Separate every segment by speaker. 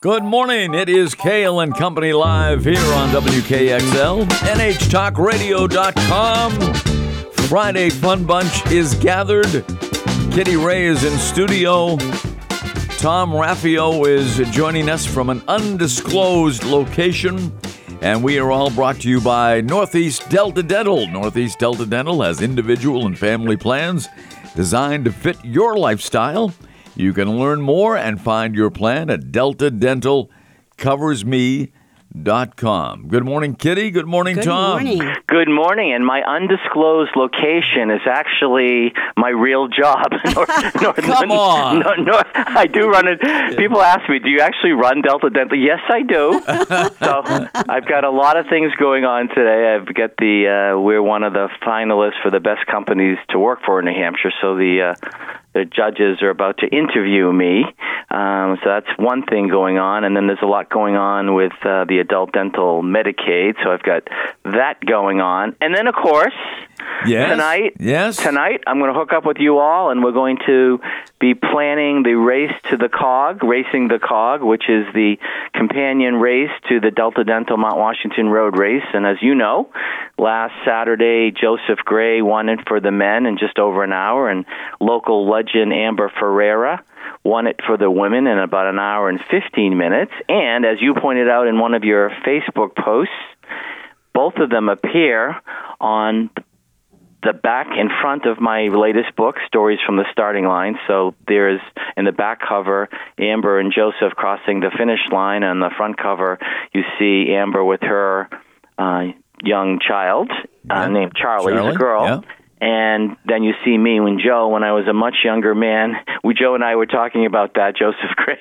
Speaker 1: Good morning. It is Kale and Company live here on WKXL, NHTalkRadio.com. Friday Fun Bunch is gathered. Kitty Ray is in studio. Tom Raffio is joining us from an undisclosed location. And we are all brought to you by Northeast Delta Dental. Northeast Delta Dental has individual and family plans designed to fit your lifestyle. You can learn more and find your plan at deltadentalcoversme.com. Good morning, Kitty. Good morning,
Speaker 2: Good
Speaker 1: Tom.
Speaker 2: morning.
Speaker 3: Good morning, and my undisclosed location is actually my real job. North, North,
Speaker 1: Come on.
Speaker 3: North, North, I do run it. People ask me, "Do you actually run Delta Dental?" Yes, I do. so I've got a lot of things going on today. I've got the uh, we're one of the finalists for the best companies to work for in New Hampshire. So the uh, the judges are about to interview me. Um, so that's one thing going on. And then there's a lot going on with uh, the adult dental Medicaid. So I've got that going on. And then, of course,
Speaker 1: Yes.
Speaker 3: tonight,
Speaker 1: Yes.
Speaker 3: tonight I'm going to hook up with you all, and we're going to be planning the race to the COG, racing the COG, which is the companion race to the Delta Dental Mount Washington Road race. And as you know, last Saturday Joseph Gray won it for the men in just over an hour, and local legend Amber Ferreira won it for the women in about an hour and 15 minutes. And as you pointed out in one of your Facebook posts, both of them appear on the back and front of my latest book, Stories from the Starting Line. So there is in the back cover Amber and Joseph crossing the finish line, and the front cover you see Amber with her uh, young child
Speaker 1: Yeah.
Speaker 3: uh, named Charlie,
Speaker 1: Charlie,
Speaker 3: the girl.
Speaker 1: yeah.
Speaker 3: And then you see me when Joe, when I was a much younger man, we Joe and I were talking about that Joseph Gray.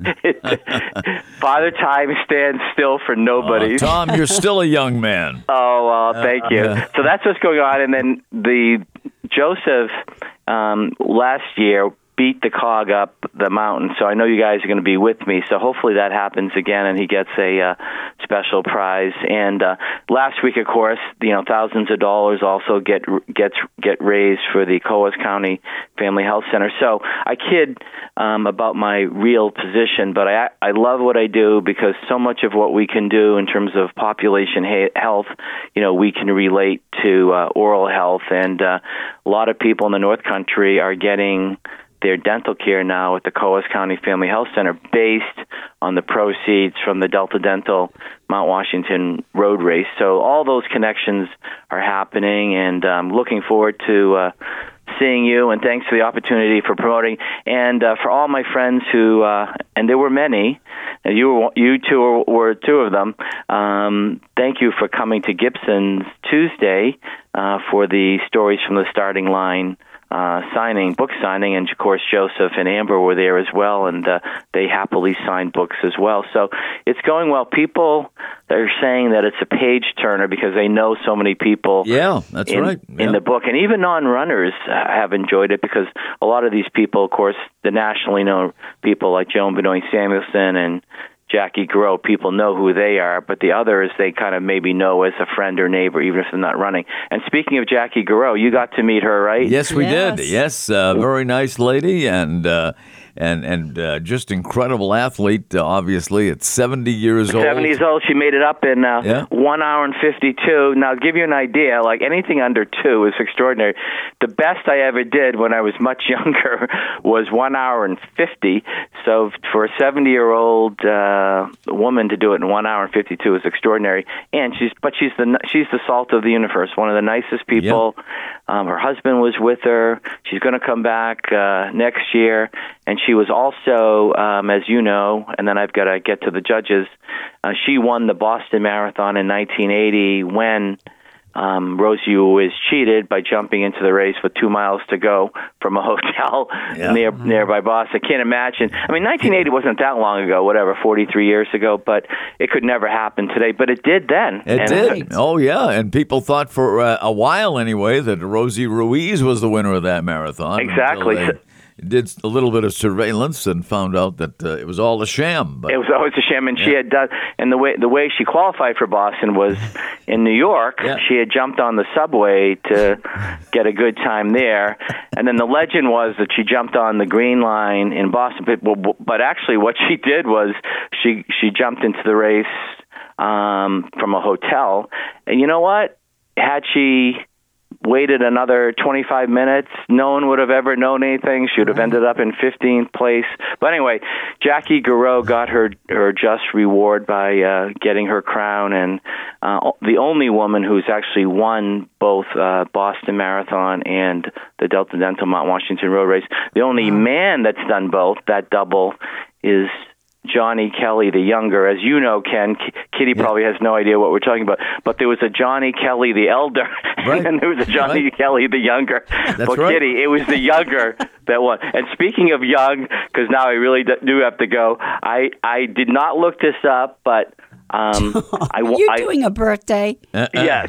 Speaker 3: That Father Time stands still for nobody.
Speaker 1: Uh, Tom, you're still a young man.
Speaker 3: Oh, well, thank you.
Speaker 1: yeah.
Speaker 3: So that's what's going on. And then the Joseph um, last year beat the cog up the mountain. So I know you guys are going to be with me. So hopefully that happens again and he gets a uh, special prize. And uh, last week, of course, you know, thousands of dollars also get gets get raised for the Coas County Family Health Center. So I kid um, about my real position, but I I love what I do because so much of what we can do in terms of population he- health, you know, we can relate to uh, oral health, and uh, a lot of people in the North Country are getting their dental care now at the Coas County Family Health Center based on the proceeds from the Delta Dental Mount Washington Road Race. So all those connections are happening, and I'm looking forward to uh, seeing you. And thanks for the opportunity for promoting, and uh, for all my friends who, uh, and there were many, and you were you two were, were two of them. Um, thank you for coming to Gibson's Tuesday uh, for the stories from the starting line uh, signing, book signing, and of course Joseph and Amber were there as well, and uh, they happily signed books as well. So it's going well. People are saying that it's a page turner because they know so many people
Speaker 1: Yeah, that's
Speaker 3: in,
Speaker 1: right. Yeah.
Speaker 3: in the book, and even non-runners uh, have enjoyed it because a lot of these people, of course, the nationally known people like Joan Benoit Samuelson and Jackie Groh, people know who they are, but the others they kind of maybe know as a friend or neighbor, even if they're not running. And speaking of Jackie Groh, you got to meet her, right?
Speaker 1: Yes, we did.
Speaker 2: Yes.
Speaker 1: Yes, uh, very nice lady, and uh, and and uh, just incredible athlete. Uh, obviously, at seventy years old.
Speaker 3: Seventy years old. She made it up in uh,
Speaker 1: Yeah.
Speaker 3: one hour and fifty-two. Now, to give you an idea, like anything under two is extraordinary. The best I ever did when I was much younger was one hour and fifty. So, for a seventy-year-old uh, woman to do it in one hour and fifty-two is extraordinary. And she's, but she's the she's the salt of the universe. One of the nicest people. Um, her husband was with her. She's going to come back uh, next year, and she was also, um, as you know, and then I've got to get to the judges. Uh, she won the Boston Marathon in 1980 when um, Rosie was cheated by jumping into the race with two miles to go from a hotel
Speaker 1: Yeah. Mm-hmm.
Speaker 3: near nearby Boston. I can't imagine. I mean, 1980 wasn't that long ago, whatever, 43 years ago, but it could never happen today. But it did then.
Speaker 1: It
Speaker 3: And-
Speaker 1: did. Oh yeah, and people thought for uh, a while anyway that Rosie Ruiz was the winner of that marathon. until
Speaker 3: Exactly.
Speaker 1: they-
Speaker 3: So-
Speaker 1: did a little bit of surveillance and found out that uh, it was all a sham. But
Speaker 3: It was always a sham, and she had done. And the way the way she qualified for Boston was in New York.
Speaker 1: Yeah.
Speaker 3: She had jumped on the subway to get a good time there, and then the legend was that she jumped on the Green Line in Boston. But- But, but actually, what she did was she she jumped into the race um, from a hotel, and you know what? Had she waited another 25 minutes, no one would have ever known anything. She would have ended up in 15th place. But anyway, Jackie Garreau got her her just reward by uh, getting her crown, and uh, the only woman who's actually won both uh, Boston Marathon and the Delta Dental Mount Washington Road Race. The only man that's done both that double is. Johnny Kelly the younger, as you know, Ken K- Kitty probably has no idea what we're talking about. But there was a Johnny Kelly the elder,
Speaker 1: Right.
Speaker 3: and there was a Johnny
Speaker 1: Right.
Speaker 3: Kelly, the younger. but
Speaker 1: right.
Speaker 3: Kitty, it was the younger that won. And speaking of young, because now I really d- do have to go. I I did not look this up, but um, I wa-
Speaker 2: You're
Speaker 3: I-
Speaker 2: doing a birthday.
Speaker 1: Uh, uh,
Speaker 3: yeah.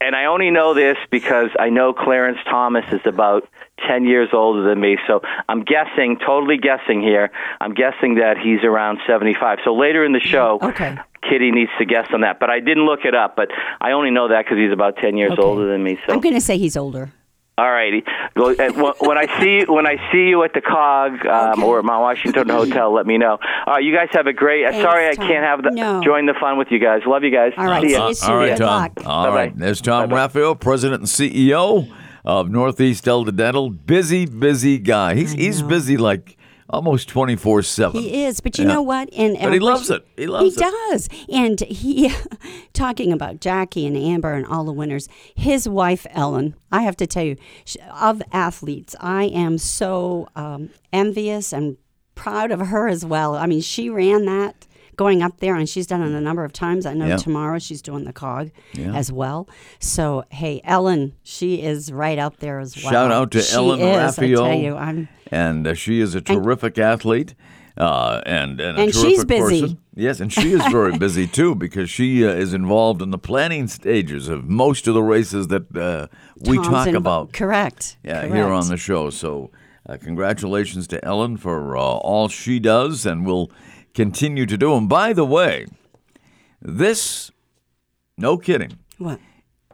Speaker 3: and I only know this because I know Clarence Thomas is about 10 years older than me. So I'm guessing, totally guessing here, I'm guessing that he's around 75. So later
Speaker 1: Mm,
Speaker 3: in the show,
Speaker 2: Okay.
Speaker 3: Kitty needs to guess on that. But I didn't look it up, but I only know that because he's about 10 years
Speaker 2: Okay.
Speaker 3: older than me. So.
Speaker 2: I'm going to say he's older.
Speaker 3: All righty. Well, and wh- When I see when I see you at the Cog um,
Speaker 2: Okay.
Speaker 3: or at my Washington hotel, let me know. All right, you guys have a great. uh,
Speaker 2: Thanks,
Speaker 3: sorry, I
Speaker 2: Tom.
Speaker 3: can't have the
Speaker 2: No.
Speaker 3: join the fun with you guys. Love you guys.
Speaker 2: All right,
Speaker 3: See ya.
Speaker 2: see you
Speaker 1: Uh, All right,
Speaker 2: Good
Speaker 1: Tom.
Speaker 2: luck.
Speaker 1: All
Speaker 3: Bye-bye.
Speaker 1: right, there's Tom Raphael, president and CEO of Northeast Delta Dental. Busy, busy guy. He's he's
Speaker 2: know.
Speaker 1: busy like almost twenty four seven.
Speaker 2: He is, but you
Speaker 1: Yeah.
Speaker 2: know what? And
Speaker 1: But he loves it. He loves it.
Speaker 2: does. And he, talking about Jackie and Amber and all the winners. His wife Ellen. I have to tell you, sh of athletes, I am so um, envious and proud of her as well. I mean, she ran that. Going up there, and she's done it a number of times. I know
Speaker 1: Yeah.
Speaker 2: tomorrow she's doing the cog as well. So, hey, Ellen, she is right up there as well.
Speaker 1: Shout out to
Speaker 2: She
Speaker 1: Ellen
Speaker 2: is, I
Speaker 1: Raphael.
Speaker 2: tell you, I'm
Speaker 1: and uh, she is a terrific athlete. Uh, and and, a
Speaker 2: And she's
Speaker 1: terrific
Speaker 2: busy.
Speaker 1: person. Yes, and she is very busy too because she uh, is involved in the planning stages of most of the races that uh, we
Speaker 2: Tom's
Speaker 1: talk
Speaker 2: invo-
Speaker 1: about
Speaker 2: Correct.
Speaker 1: yeah,
Speaker 2: correct.
Speaker 1: here on the show. So, uh, congratulations to Ellen for uh, all she does and will continue to do. And by the way, this, no kidding,
Speaker 2: What?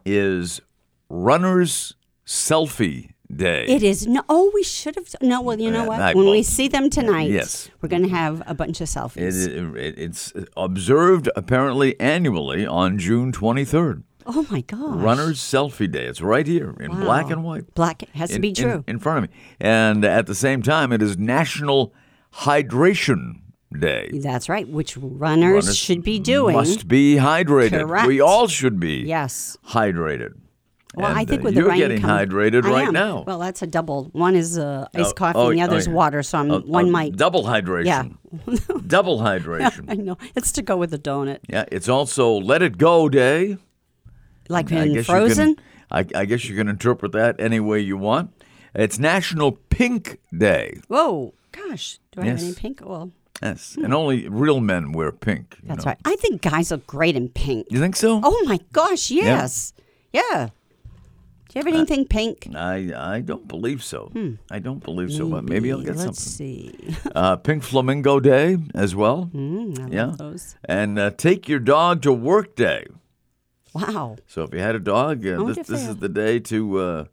Speaker 1: is Runner's Selfie Day.
Speaker 2: It is. No, oh, we should have. No, well, you know
Speaker 1: Yeah,
Speaker 2: what?
Speaker 1: I
Speaker 2: when we
Speaker 1: won't.
Speaker 2: see them tonight,
Speaker 1: uh, Yes.
Speaker 2: we're going to have a bunch of selfies.
Speaker 1: It, it, it's observed apparently annually on June 23rd.
Speaker 2: Oh, my gosh.
Speaker 1: Runner's Selfie Day. It's right here in
Speaker 2: Wow.
Speaker 1: black and white.
Speaker 2: Black it has to
Speaker 1: in-
Speaker 2: be
Speaker 1: in-
Speaker 2: true.
Speaker 1: In, front of me. And at the same time, it is National Hydration Day.
Speaker 2: That's right, which runners,
Speaker 1: Runners
Speaker 2: should be doing.
Speaker 1: Must be hydrated.
Speaker 2: Correct.
Speaker 1: We all should be
Speaker 2: Yes.
Speaker 1: hydrated.
Speaker 2: Well, I
Speaker 1: And,
Speaker 2: think
Speaker 1: uh,
Speaker 2: with
Speaker 1: you're
Speaker 2: the rain
Speaker 1: getting
Speaker 2: coming-
Speaker 1: hydrated
Speaker 2: I
Speaker 1: right
Speaker 2: am.
Speaker 1: now.
Speaker 2: Well, that's a double. One is uh,
Speaker 1: Oh,
Speaker 2: iced coffee,
Speaker 1: oh,
Speaker 2: and the other
Speaker 1: oh,
Speaker 2: is
Speaker 1: yeah.
Speaker 2: water. So I'm,
Speaker 1: Uh,
Speaker 2: one
Speaker 1: uh,
Speaker 2: might.
Speaker 1: double hydration. double hydration.
Speaker 2: I know it's to go with the donut,
Speaker 1: Yeah, it's also Let It Go Day.
Speaker 2: like
Speaker 1: I
Speaker 2: in
Speaker 1: guess
Speaker 2: Frozen.
Speaker 1: You can, I, I guess you can interpret that any way you want. It's National Pink Day.
Speaker 2: Whoa, gosh, do I
Speaker 1: Yes.
Speaker 2: have any pink? Well,
Speaker 1: Yes, and only real men wear pink. you
Speaker 2: Hmm. that's
Speaker 1: know.
Speaker 2: right. I think guys look great in pink.
Speaker 1: You think so?
Speaker 2: Oh my gosh, yes. Yeah. Do you have
Speaker 1: Uh,
Speaker 2: anything pink?
Speaker 1: I I don't believe so. I don't believe so, but maybe I'll get
Speaker 2: Hmm. Let's
Speaker 1: something.
Speaker 2: see.
Speaker 1: Uh, Pink Flamingo Day as well.
Speaker 2: Mm, I love
Speaker 1: yeah,
Speaker 2: those.
Speaker 1: and uh, Take Your Dog to Work Day.
Speaker 2: Wow.
Speaker 1: So if you had a dog, uh,
Speaker 2: wonder
Speaker 1: this,
Speaker 2: if they
Speaker 1: this is
Speaker 2: have-
Speaker 1: the day to uh,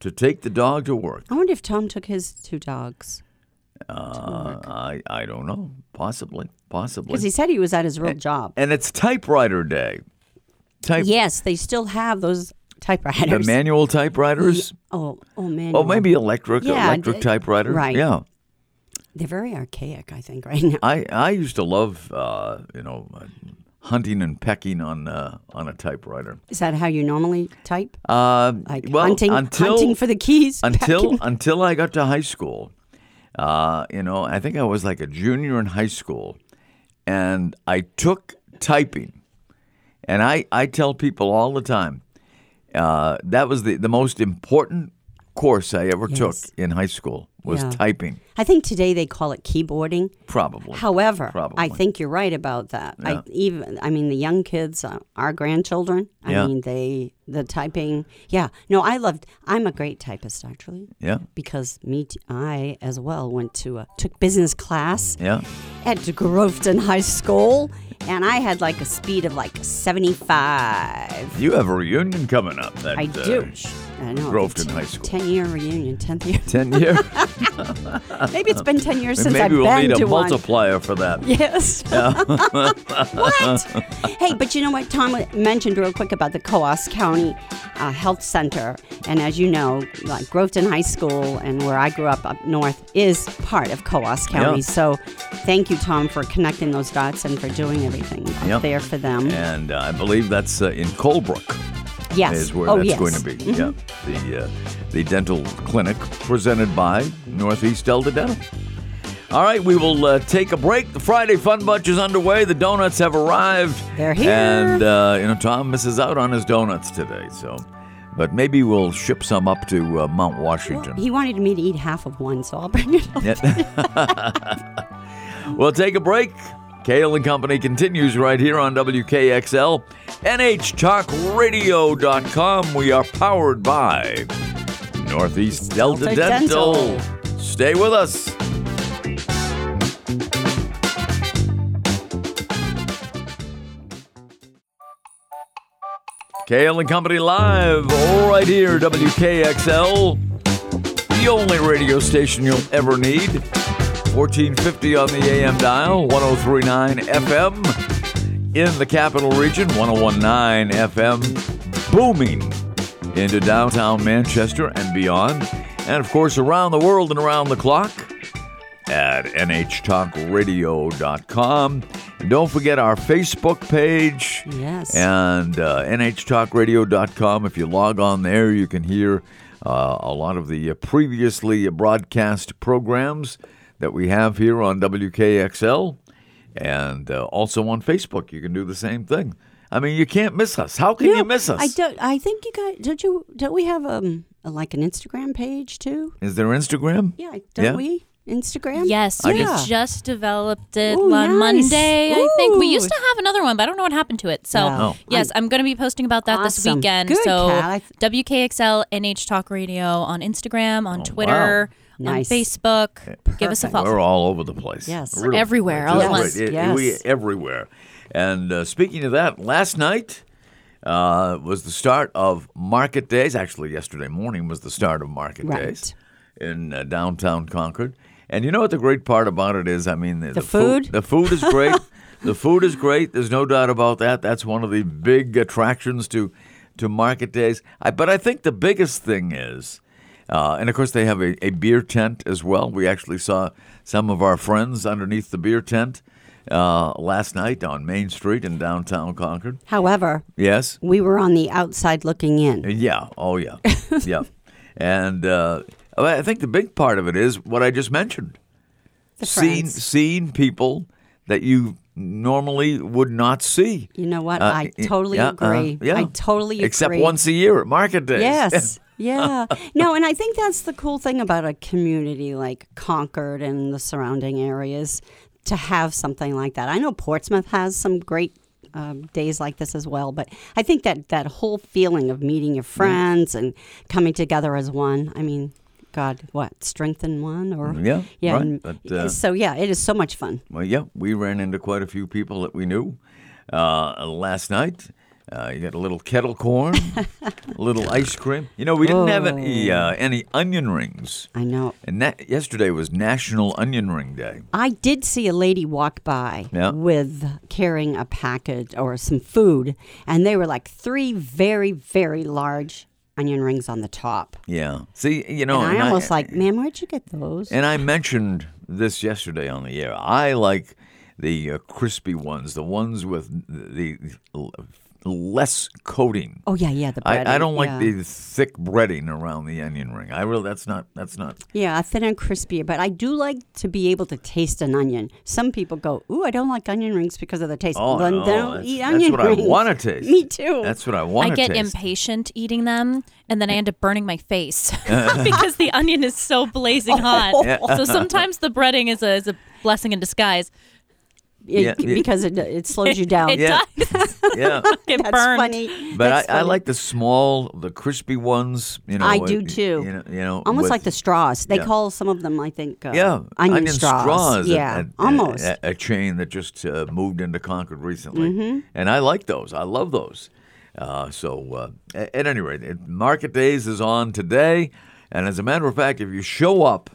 Speaker 1: to take the dog to work.
Speaker 2: I wonder if Tom took his two dogs.
Speaker 1: Uh, I I don't know. Possibly, possibly.
Speaker 2: Because he said he was at his real job.
Speaker 1: and it's typewriter day. Type
Speaker 2: Yes, they still have those
Speaker 1: the
Speaker 2: typewriters.
Speaker 1: manual typewriters.
Speaker 2: oh, oh man.
Speaker 1: Oh, maybe electric
Speaker 2: Yeah,
Speaker 1: electric
Speaker 2: d-
Speaker 1: typewriter.
Speaker 2: right.
Speaker 1: Yeah.
Speaker 2: They're very archaic, I think, right now.
Speaker 1: I I used to love uh, you know uh, hunting and pecking on uh, on a typewriter.
Speaker 2: Is that how you normally type?
Speaker 1: Uh,
Speaker 2: Like
Speaker 1: well,
Speaker 2: hunting,
Speaker 1: until
Speaker 2: hunting for the keys.
Speaker 1: until
Speaker 2: packing-
Speaker 1: until I got to high school. Uh, you know, I think I was like a junior in high school, and I took typing, and I I tell people all the time uh, that was the the most important course I ever took
Speaker 2: Yes.
Speaker 1: in high school was
Speaker 2: Yeah.
Speaker 1: typing.
Speaker 2: I think today they call it keyboarding.
Speaker 1: Probably.
Speaker 2: However, I
Speaker 1: Probably.
Speaker 2: think you're right about that.
Speaker 1: Yeah.
Speaker 2: I even I mean the young kids, uh, our grandchildren. I
Speaker 1: Yeah.
Speaker 2: mean they the typing. Yeah, no, I loved. I'm a great typist actually.
Speaker 1: Yeah.
Speaker 2: Because me, t- I as well went to a, took business class
Speaker 1: Yeah.
Speaker 2: at Groveton High School, and I had like a speed of like 75.
Speaker 1: You have a reunion coming up. That,
Speaker 2: I
Speaker 1: uh,
Speaker 2: do. I know.
Speaker 1: Groveton
Speaker 2: Ten-
Speaker 1: High School.
Speaker 2: Ten year reunion. Tenth year.
Speaker 1: Ten years.
Speaker 2: Maybe it's been ten years since
Speaker 1: maybe
Speaker 2: I've
Speaker 1: we'll
Speaker 2: been
Speaker 1: need a
Speaker 2: to one.
Speaker 1: multiplier for that.
Speaker 2: Yes. what? Hey, but you know what? Tom mentioned real quick about the Coos County uh, Health Center, and as you know, like Groveton High School and where I grew up up north is part of Coos County.
Speaker 1: Yeah.
Speaker 2: So, thank you, Tom, for connecting those dots and for doing everything up
Speaker 1: Yep.
Speaker 2: there for them.
Speaker 1: And uh, I believe that's uh, in Colebrook.
Speaker 2: yes.
Speaker 1: is where
Speaker 2: oh,
Speaker 1: that's
Speaker 2: yes.
Speaker 1: going
Speaker 2: Mm-hmm.
Speaker 1: to be. Yeah, the uh, the dental clinic presented by Northeast Delta Dental. All right, we will uh, take a break. The Friday Fun Bunch is underway. The donuts have arrived.
Speaker 2: They're here.
Speaker 1: and uh, you know Tom misses out on his donuts today. So, but maybe we'll ship some up to uh, Mount Washington.
Speaker 2: He wanted me to eat half of one, so I'll bring it up.
Speaker 1: Yeah. we'll take a break. Kale and Company continues right here on WKXL, NHTalkRadio.com. We are powered by Northeast Delta,
Speaker 2: Delta Dental.
Speaker 1: Dental. Stay with us. Kale and Company live right here, WKXL, the only radio station you'll ever need. 1450 on the AM dial, 1039 FM in the capital region, 1019 FM, booming into downtown Manchester and beyond. And of course, around the world and around the clock at nhtalkradio.com. And don't forget our Facebook page.
Speaker 2: Yes.
Speaker 1: And uh, nhtalkradio.com. If you log on there, you can hear uh, a lot of the previously broadcast programs that we have here on WKXL. And uh, also on Facebook, you can do the same thing. I mean, you can't miss us. How can you
Speaker 2: No,
Speaker 1: miss us?
Speaker 2: I don't. I think you guys. Don't you? Don't we have um like an Instagram page too?
Speaker 1: Is there Instagram?
Speaker 2: Yeah. Don't we? Instagram.
Speaker 4: Yes,
Speaker 1: I
Speaker 4: we
Speaker 1: guess-
Speaker 4: just developed it
Speaker 2: Oh, Ooh,
Speaker 4: on
Speaker 2: nice.
Speaker 4: Monday. I think we
Speaker 2: Ooh.
Speaker 4: used to have another one, but I don't know what happened to it. So
Speaker 2: Wow.
Speaker 1: Oh.
Speaker 4: yes, I'm going to be posting about that this
Speaker 2: Awesome.
Speaker 4: weekend.
Speaker 2: Good,
Speaker 4: so
Speaker 2: Kat. I
Speaker 4: WKXL NH Talk Radio on Instagram,
Speaker 1: Oh,
Speaker 4: on Twitter, on
Speaker 2: Nice.
Speaker 4: Facebook. Give us a follow.
Speaker 1: We're all over the place.
Speaker 2: Yes.
Speaker 1: We're
Speaker 4: Everywhere, all
Speaker 1: Just
Speaker 4: at
Speaker 1: right.
Speaker 4: once.
Speaker 1: It-
Speaker 2: Yes.
Speaker 1: we- everywhere. And uh, speaking of that, last night uh, was the start of market days. Actually, yesterday morning was the start of market
Speaker 2: Right.
Speaker 1: days in uh, downtown Concord. And you know what the great part about it is? I mean, the, the
Speaker 2: food?
Speaker 1: The food is great. the food is great. There's no doubt about that. That's one of the big attractions to to market days. I, but I think the biggest thing is, uh, and of course they have a, a beer tent as well. We actually saw some of our friends underneath the beer tent uh, last night on Main Street in downtown Concord.
Speaker 2: However,
Speaker 1: Yes.
Speaker 2: we were on the outside looking in.
Speaker 1: Yeah. Oh, yeah. yeah. And uh, I think the big part of it is what I just mentioned.
Speaker 2: The
Speaker 1: seeing
Speaker 2: friends.
Speaker 1: seeing people that you normally would not see.
Speaker 2: You know what?
Speaker 1: Uh,
Speaker 2: I
Speaker 1: y-
Speaker 2: totally
Speaker 1: yeah, uh,
Speaker 2: agree.
Speaker 1: yeah.
Speaker 2: I totally agree.
Speaker 1: Except once a year at market days.
Speaker 2: Yes. yeah. No, and I think that's the cool thing about a community like Concord and the surrounding areas to have something like that. I know Portsmouth has some great um, days like this as well, but I think that that whole feeling of meeting your friends and coming together as one. I mean, God, what strengthen one or
Speaker 1: Mm, Yeah,
Speaker 2: yeah.
Speaker 1: right,
Speaker 2: and-
Speaker 1: but, uh,
Speaker 2: so yeah, it is so much fun.
Speaker 1: Well, yeah, we ran into quite a few people that we knew uh, last night. Uh, you had a little kettle corn, a little ice cream. You know, we didn't have any
Speaker 2: Oh.
Speaker 1: uh, any onion rings,
Speaker 2: I know.
Speaker 1: and that yesterday was National Onion Ring Day.
Speaker 2: I did see a lady walk by
Speaker 1: Yeah.
Speaker 2: with carrying a package or some food, and they were like three very, very large onion rings on the top.
Speaker 1: Yeah. See, you know,
Speaker 2: and I
Speaker 1: Oh, and eh,
Speaker 2: almost like, ma'am, where'd you get those?
Speaker 1: And I mentioned this yesterday on the air. I like the uh, crispy ones, the ones with the l- less coating.
Speaker 2: Oh yeah, yeah. The breading,
Speaker 1: I, I don't like
Speaker 2: yeah.
Speaker 1: the thick breading around the onion ring. I really that's not that's not
Speaker 2: Yeah, thin and crispier, but I do like to be able to taste an onion. Some people go, "Ooh, I don't like onion rings because of the taste."
Speaker 1: Oh,
Speaker 2: then
Speaker 1: no,
Speaker 2: they don't
Speaker 1: that's-
Speaker 2: eat
Speaker 1: that's
Speaker 2: onion
Speaker 1: what I
Speaker 2: rings.
Speaker 1: wanna taste.
Speaker 2: Me too.
Speaker 1: that's what I
Speaker 4: I
Speaker 1: want to
Speaker 4: get
Speaker 1: taste.
Speaker 4: impatient eating them, and then I end up burning my face because the onion is so blazing hot. So sometimes the breading is a, is a blessing in disguise.
Speaker 2: It-
Speaker 1: Yeah, yeah.
Speaker 2: because it it slows you down.
Speaker 4: It
Speaker 1: Yeah.
Speaker 4: does
Speaker 1: yeah.
Speaker 4: get
Speaker 2: That's
Speaker 4: burned.
Speaker 2: funny.
Speaker 1: But
Speaker 2: That's
Speaker 1: I, I
Speaker 2: funny.
Speaker 1: like the small, the crispy ones. You know,
Speaker 2: I
Speaker 1: it-
Speaker 2: do too.
Speaker 1: You know, you know,
Speaker 2: almost
Speaker 1: with-
Speaker 2: like the straws. They
Speaker 1: yeah.
Speaker 2: call some of them, I think, uh,
Speaker 1: yeah
Speaker 2: onion,
Speaker 1: straws. at-
Speaker 2: Yeah,
Speaker 1: at- at-
Speaker 2: almost.
Speaker 1: at a, chain that just uh, moved into Concord recently,
Speaker 2: Mm-hmm.
Speaker 1: and I like those. I love those. Uh, so uh, a- at any rate, it- Market Days is on today, and as a matter of fact, if you show up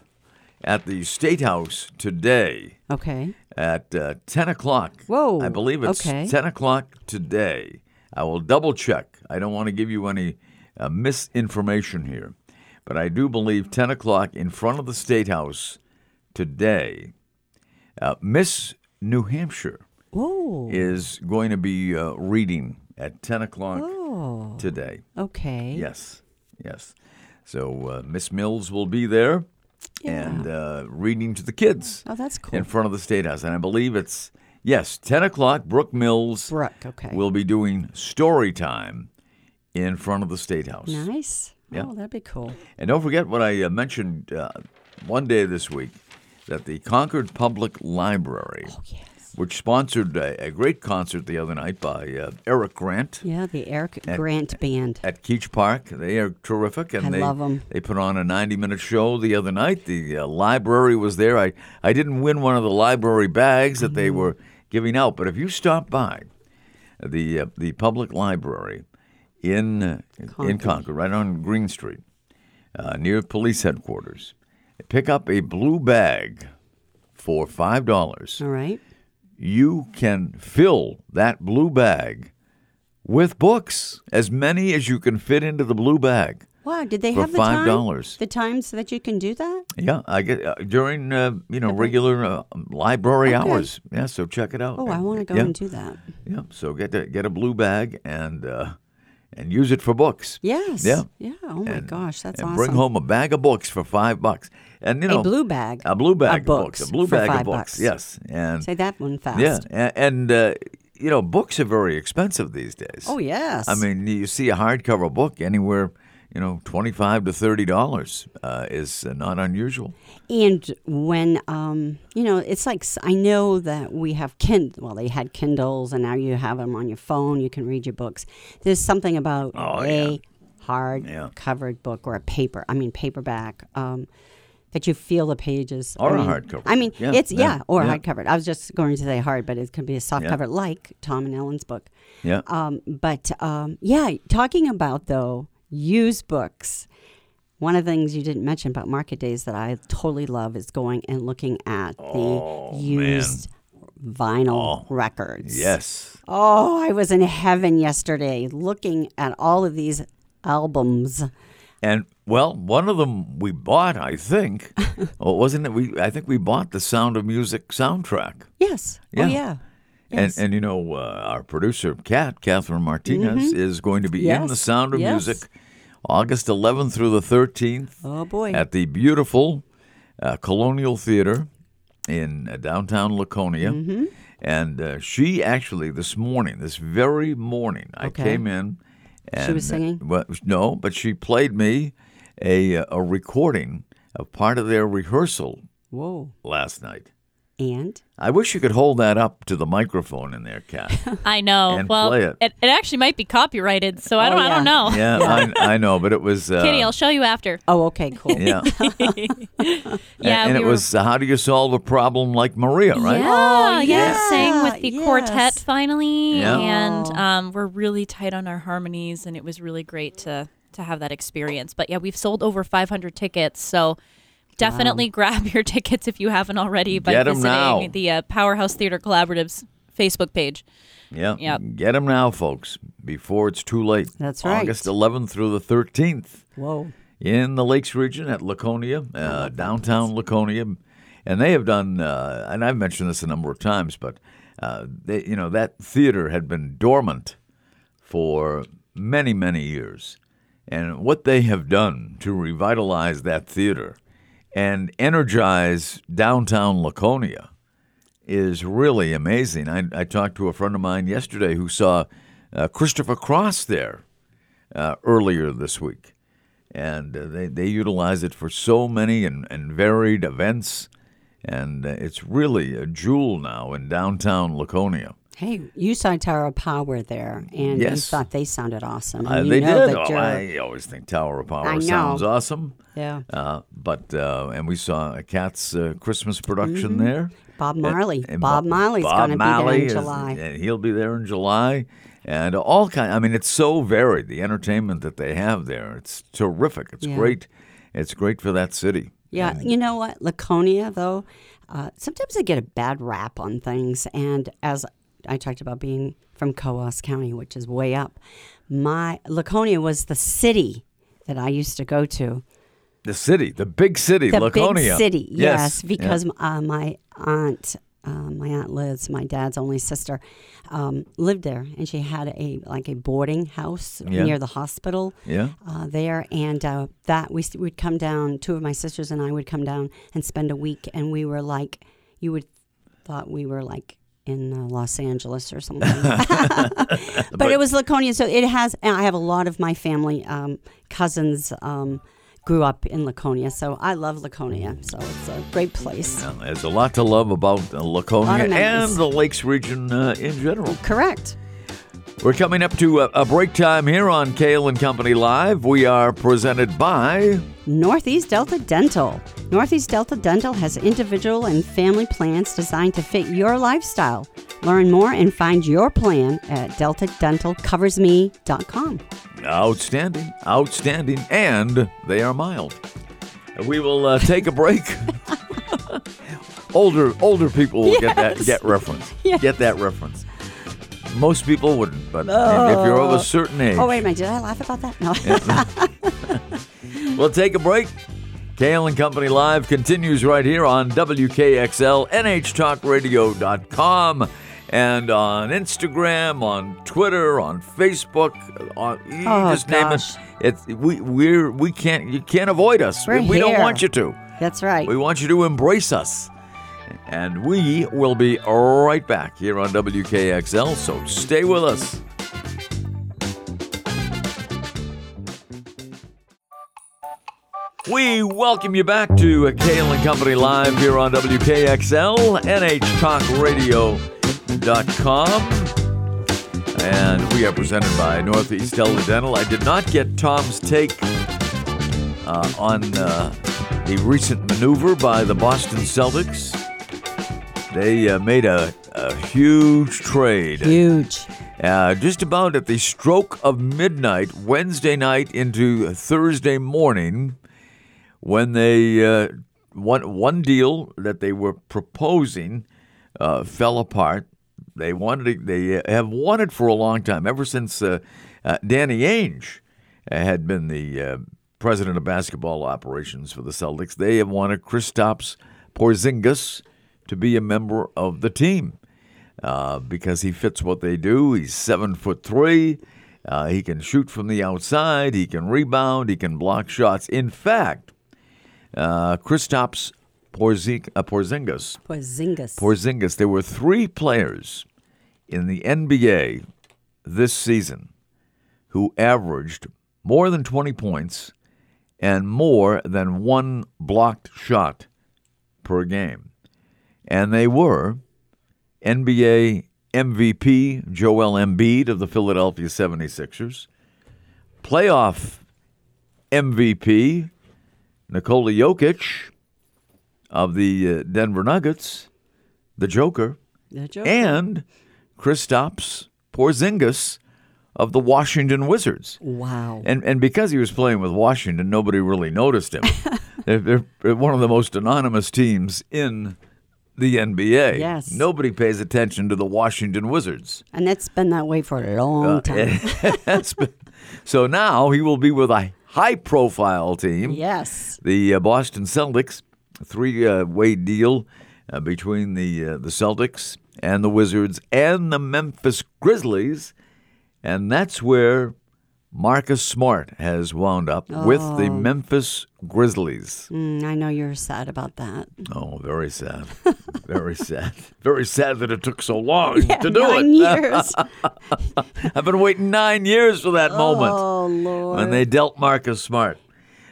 Speaker 1: at the State House today
Speaker 2: okay.
Speaker 1: at uh, 10 o'clock.
Speaker 2: Whoa,
Speaker 1: I believe it's
Speaker 2: okay.
Speaker 1: 10 o'clock today. I will double check. I don't want to give you any uh, misinformation here, but I do believe 10 o'clock in front of the State House today, uh, Miss New Hampshire
Speaker 2: Whoa.
Speaker 1: is going to be uh, reading at 10 o'clock
Speaker 2: Oh.
Speaker 1: today.
Speaker 2: Okay.
Speaker 1: Yes, yes. So uh, Miss Mills will be there and uh, reading to the kids
Speaker 2: Oh, that's cool.
Speaker 1: in front of the State House. And I believe it's, yes, 10 o'clock, Brooke Mills
Speaker 2: Brooke, okay.
Speaker 1: will be doing story time in front of the State House.
Speaker 2: nice.
Speaker 1: Yeah.
Speaker 2: Oh, that'd be cool.
Speaker 1: And don't forget what I uh, mentioned uh, one day this week that the Concord Public Library,
Speaker 2: Yes.
Speaker 1: which sponsored a, a great concert the other night by uh, Eric Grant.
Speaker 2: Yeah, the Eric Grant Band.
Speaker 1: At Keach Park, they are terrific, and
Speaker 2: I
Speaker 1: they
Speaker 2: love 'em.
Speaker 1: they put on a ninety-minute show the other night. The uh, library was there. I I didn't win one of the library bags that they were giving out, but if you stop by the uh, the public library in uh, in Concord, right on Green Street, uh, near police headquarters, pick up a blue bag for five dollars
Speaker 2: All right.
Speaker 1: you can fill that blue bag with books, as many as you can fit into the blue bag.
Speaker 2: Wow, did they
Speaker 1: For
Speaker 2: have the time?
Speaker 1: $5.
Speaker 2: The time so that you can do that?
Speaker 1: Yeah, I get uh, during uh, you know regular uh, library
Speaker 2: Okay.
Speaker 1: hours. Yeah, so check it out.
Speaker 2: Oh, I want to go
Speaker 1: yeah,
Speaker 2: and do that.
Speaker 1: Yeah, so get a, get a blue bag and uh, and use it for books.
Speaker 2: Yes.
Speaker 1: Yeah.
Speaker 2: Yeah. Oh my
Speaker 1: And-
Speaker 2: gosh, that's
Speaker 1: and
Speaker 2: awesome.
Speaker 1: bring home a bag of books for five bucks. And you know
Speaker 2: a blue bag.
Speaker 1: a blue bag
Speaker 2: of
Speaker 1: books, a blue
Speaker 2: for
Speaker 1: bag
Speaker 2: five
Speaker 1: of books.
Speaker 2: Bucks.
Speaker 1: Yes, and
Speaker 2: Say that one fast.
Speaker 1: yeah, a- and uh, you know books are very expensive these days.
Speaker 2: Oh yes.
Speaker 1: I mean, you see a hardcover book anywhere, you know, twenty-five to thirty dollars uh, is uh, not unusual.
Speaker 2: And when um, you know, it's like s- I know that we have kind. Well, they had Kindles, and now you have them on your phone. You can read your books. There's something about
Speaker 1: Oh,
Speaker 2: a
Speaker 1: yeah.
Speaker 2: hard
Speaker 1: Yeah.
Speaker 2: covered book or a paper. I mean, paperback. Um, that you feel the pages.
Speaker 1: Or
Speaker 2: I
Speaker 1: a
Speaker 2: mean,
Speaker 1: hardcover.
Speaker 2: I mean,
Speaker 1: Yeah,
Speaker 2: it's
Speaker 1: yeah,
Speaker 2: yeah, or
Speaker 1: yeah.
Speaker 2: hardcover. I was just going to say hard, but it can be a soft
Speaker 1: Yeah.
Speaker 2: cover like Tom and Ellen's book.
Speaker 1: Yeah.
Speaker 2: Um, but um, yeah, talking about though used books. One of the things you didn't mention about market days that I totally love is going and looking at the
Speaker 1: Oh,
Speaker 2: used vinyl records.
Speaker 1: yes.
Speaker 2: Oh, I was in heaven yesterday looking at all of these albums.
Speaker 1: And well, one of them we bought, I think. well, wasn't it? We I think we bought the Sound of Music soundtrack.
Speaker 2: Yes.
Speaker 1: Yeah.
Speaker 2: Oh, yeah. Yes.
Speaker 1: And and you know, uh, our producer Kat Catherine Martinez is going to be in
Speaker 2: Mm-hmm. Yes,
Speaker 1: the Sound of
Speaker 2: yes.
Speaker 1: Music, August 11th through the 13th.
Speaker 2: oh, boy.
Speaker 1: at the beautiful uh, Colonial Theater in uh, downtown Laconia.
Speaker 2: Mm-hmm.
Speaker 1: And uh, she actually, this morning, this very morning, I
Speaker 2: Okay.
Speaker 1: came in. And,
Speaker 2: was singing?
Speaker 1: well, no, but she played me a, uh, a recording of part of their rehearsal
Speaker 2: Whoa.
Speaker 1: last night.
Speaker 2: And?
Speaker 1: I wish you could hold that up to the microphone in there, Kat.
Speaker 4: I know.
Speaker 1: And
Speaker 4: well,
Speaker 1: play it.
Speaker 4: It, actually might be copyrighted, so I
Speaker 2: Oh,
Speaker 4: don't. I don't
Speaker 2: yeah.
Speaker 4: know.
Speaker 1: yeah, I, I know, but it was. Uh,
Speaker 4: Kitty, I'll show you after.
Speaker 2: Oh, okay, cool.
Speaker 1: yeah, and,
Speaker 4: Yeah,
Speaker 1: and
Speaker 4: we
Speaker 1: it
Speaker 4: were-
Speaker 1: was uh, how do you solve a problem like Maria, right?
Speaker 4: Yeah, yeah,
Speaker 2: Oh, yeah.
Speaker 4: Sang with the
Speaker 2: Yes.
Speaker 4: quartet finally,
Speaker 1: Yeah.
Speaker 4: and um, we're really tight on our harmonies, and it was really great to to have that experience. But yeah, we've sold over 500 tickets, so definitely grab your tickets if you haven't already by
Speaker 1: Get 'em
Speaker 4: visiting
Speaker 1: now.
Speaker 4: the uh, Powerhouse Theater Collaborative's Facebook page.
Speaker 1: Yeah.
Speaker 4: Yep.
Speaker 1: Get them now, folks, before it's too late.
Speaker 2: That's right.
Speaker 1: August 11th through the 13th
Speaker 2: Whoa.
Speaker 1: in the Lakes region at Laconia, uh, downtown Laconia. And they have done, uh, and I've mentioned this a number of times, but uh, they, you know that theater had been dormant for many, many years. And what they have done to revitalize that theater and energize downtown Laconia is really amazing. I, I talked to a friend of mine yesterday who saw uh, Christopher Cross there uh, earlier this week. And uh, they, they utilize it for so many and, and varied events. And uh, it's really a jewel now in downtown Laconia.
Speaker 2: Hey, you saw Tower Power there, and you
Speaker 1: Yes.
Speaker 2: thought they sounded awesome.
Speaker 1: Uh,
Speaker 2: and you
Speaker 1: they
Speaker 2: know
Speaker 1: did.
Speaker 2: That
Speaker 1: Oh,
Speaker 2: you're-
Speaker 1: I always think Tower of Power
Speaker 2: I know.
Speaker 1: sounds awesome.
Speaker 2: yeah,
Speaker 1: Uh, but uh, and we saw a Cats uh, Christmas production there.
Speaker 2: Bob Mm-hmm. Marley.
Speaker 1: And
Speaker 2: Bob, Marley's
Speaker 1: Bob
Speaker 2: going to be
Speaker 1: Marley
Speaker 2: there in
Speaker 1: is-
Speaker 2: July.
Speaker 1: and he'll be there in July, and all kind. I mean, it's so varied. The entertainment that they have there, it's terrific. It's
Speaker 2: Yeah.
Speaker 1: great. It's great for that city.
Speaker 2: Yeah, you know what? Laconia, though, uh, sometimes I get a bad rap on things. And as I talked about being from Coos County, which is way up, my Laconia was the city that I used to go to.
Speaker 1: The city, the big city,
Speaker 2: The
Speaker 1: Laconia.
Speaker 2: big city, yes,
Speaker 1: Yeah.
Speaker 2: because uh, my aunt. Uh, my aunt Liz, my dad's only sister, um, lived there, and she had a like a boarding house
Speaker 1: Yeah.
Speaker 2: near the hospital
Speaker 1: yeah.
Speaker 2: uh, there, and uh, that we would come down. Two of my sisters and I would come down and spend a week, and we were like, you would thought we were like in uh, Los Angeles or something, but, it was Laconia. So it has. And I have a lot of my family um, cousins. Um, Grew up in Laconia, so I love Laconia. So it's a great place.
Speaker 1: Um, There's a lot to love about uh, Laconia and
Speaker 2: memories.
Speaker 1: the Lakes region uh, in general.
Speaker 2: Correct.
Speaker 1: We're coming up to a, a break time here on Kale and Company Live. We are presented by
Speaker 2: Northeast Delta Dental. Northeast Delta Dental has individual and family plans designed to fit your lifestyle. Learn more and find your plan at deltadentalcoversme.com.
Speaker 1: Outstanding, outstanding, and they are mild. We will uh, take a break. older older people will get that
Speaker 2: Yes.
Speaker 1: get reference.
Speaker 2: Yes.
Speaker 1: Get that reference. Most people wouldn't, but if you're of a certain age,
Speaker 2: Oh, wait a minute. Did I laugh about that? No.
Speaker 1: we'll take a break. Kale and Company Live continues right here on WKXL, NHTalkRadio.com, and on Instagram, on Twitter, on Facebook, on you
Speaker 2: Oh,
Speaker 1: just name
Speaker 2: gosh.
Speaker 1: it. It's we we're we can't you can't avoid us.
Speaker 2: We're
Speaker 1: we we don't
Speaker 2: here.
Speaker 1: want you to.
Speaker 2: That's right.
Speaker 1: We want you to embrace us. And we will be right back here on WKXL, so stay with us. We welcome you back to Kale and Company Live here on WKXL, NHTalkRadio.com. And we are presented by Northeast Delta Dental. I did not get Tom's take uh, on uh, the recent maneuver by the Boston Celtics. They uh, made a, a huge trade.
Speaker 2: Huge.
Speaker 1: Uh, just about at the stroke of midnight, Wednesday night into Thursday morning, when they uh, one one deal that they were proposing uh, fell apart. They wanted it- they uh, have wanted for a long time, ever since uh, uh, Danny Ainge uh, had been the uh, president of basketball operations for the Celtics. They have wanted Kristaps Porzingis to be a member of the team uh, because he fits what they do. He's seven foot three. Uh, he can shoot from the outside. He can rebound. He can block shots. In fact, uh, Kristaps Porzing- uh, Porzingis.
Speaker 2: Porzingis.
Speaker 1: Porzingis. There were three players in the NBA this season who averaged more than 20 points and more than one blocked shot per game. And they were NBA MVP Joel Embiid of the Philadelphia 76ers, playoff MVP Nikola Jokic of the uh, Denver Nuggets, the Joker,
Speaker 2: The joke.
Speaker 1: and Kristaps Porzingis of the Washington Wizards.
Speaker 2: wow.
Speaker 1: And and because he was playing with Washington, nobody really noticed him. they're, they're- they're one of the most anonymous teams in the NBA.
Speaker 2: Yes.
Speaker 1: Nobody pays attention to the Washington Wizards.
Speaker 2: And that's been that way for a long
Speaker 1: Uh,
Speaker 2: time.
Speaker 1: That's been- so now he will be with a high profile team.
Speaker 2: yes.
Speaker 1: The uh, Boston Celtics, three uh, way deal uh, between the uh, the Celtics and the Wizards and the Memphis Grizzlies And that's where Marcus Smart has wound up with the Memphis Grizzlies.
Speaker 2: Oh. Mm, I know you're sad about that.
Speaker 1: Oh, very sad. Very sad. Very sad that it took so long to do
Speaker 2: Nine
Speaker 1: it.
Speaker 2: years.
Speaker 1: I've been waiting nine years for that moment.
Speaker 2: oh Lord.
Speaker 1: when they dealt Marcus Smart.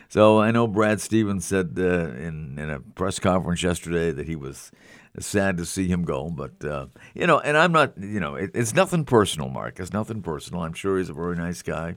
Speaker 1: So I know Brad Stevens said uh, in in a press conference yesterday that he was sad to see him go, but uh, you know, and I'm not, you know, it, it's nothing personal, Mark. It's nothing personal. I'm sure he's a very nice guy,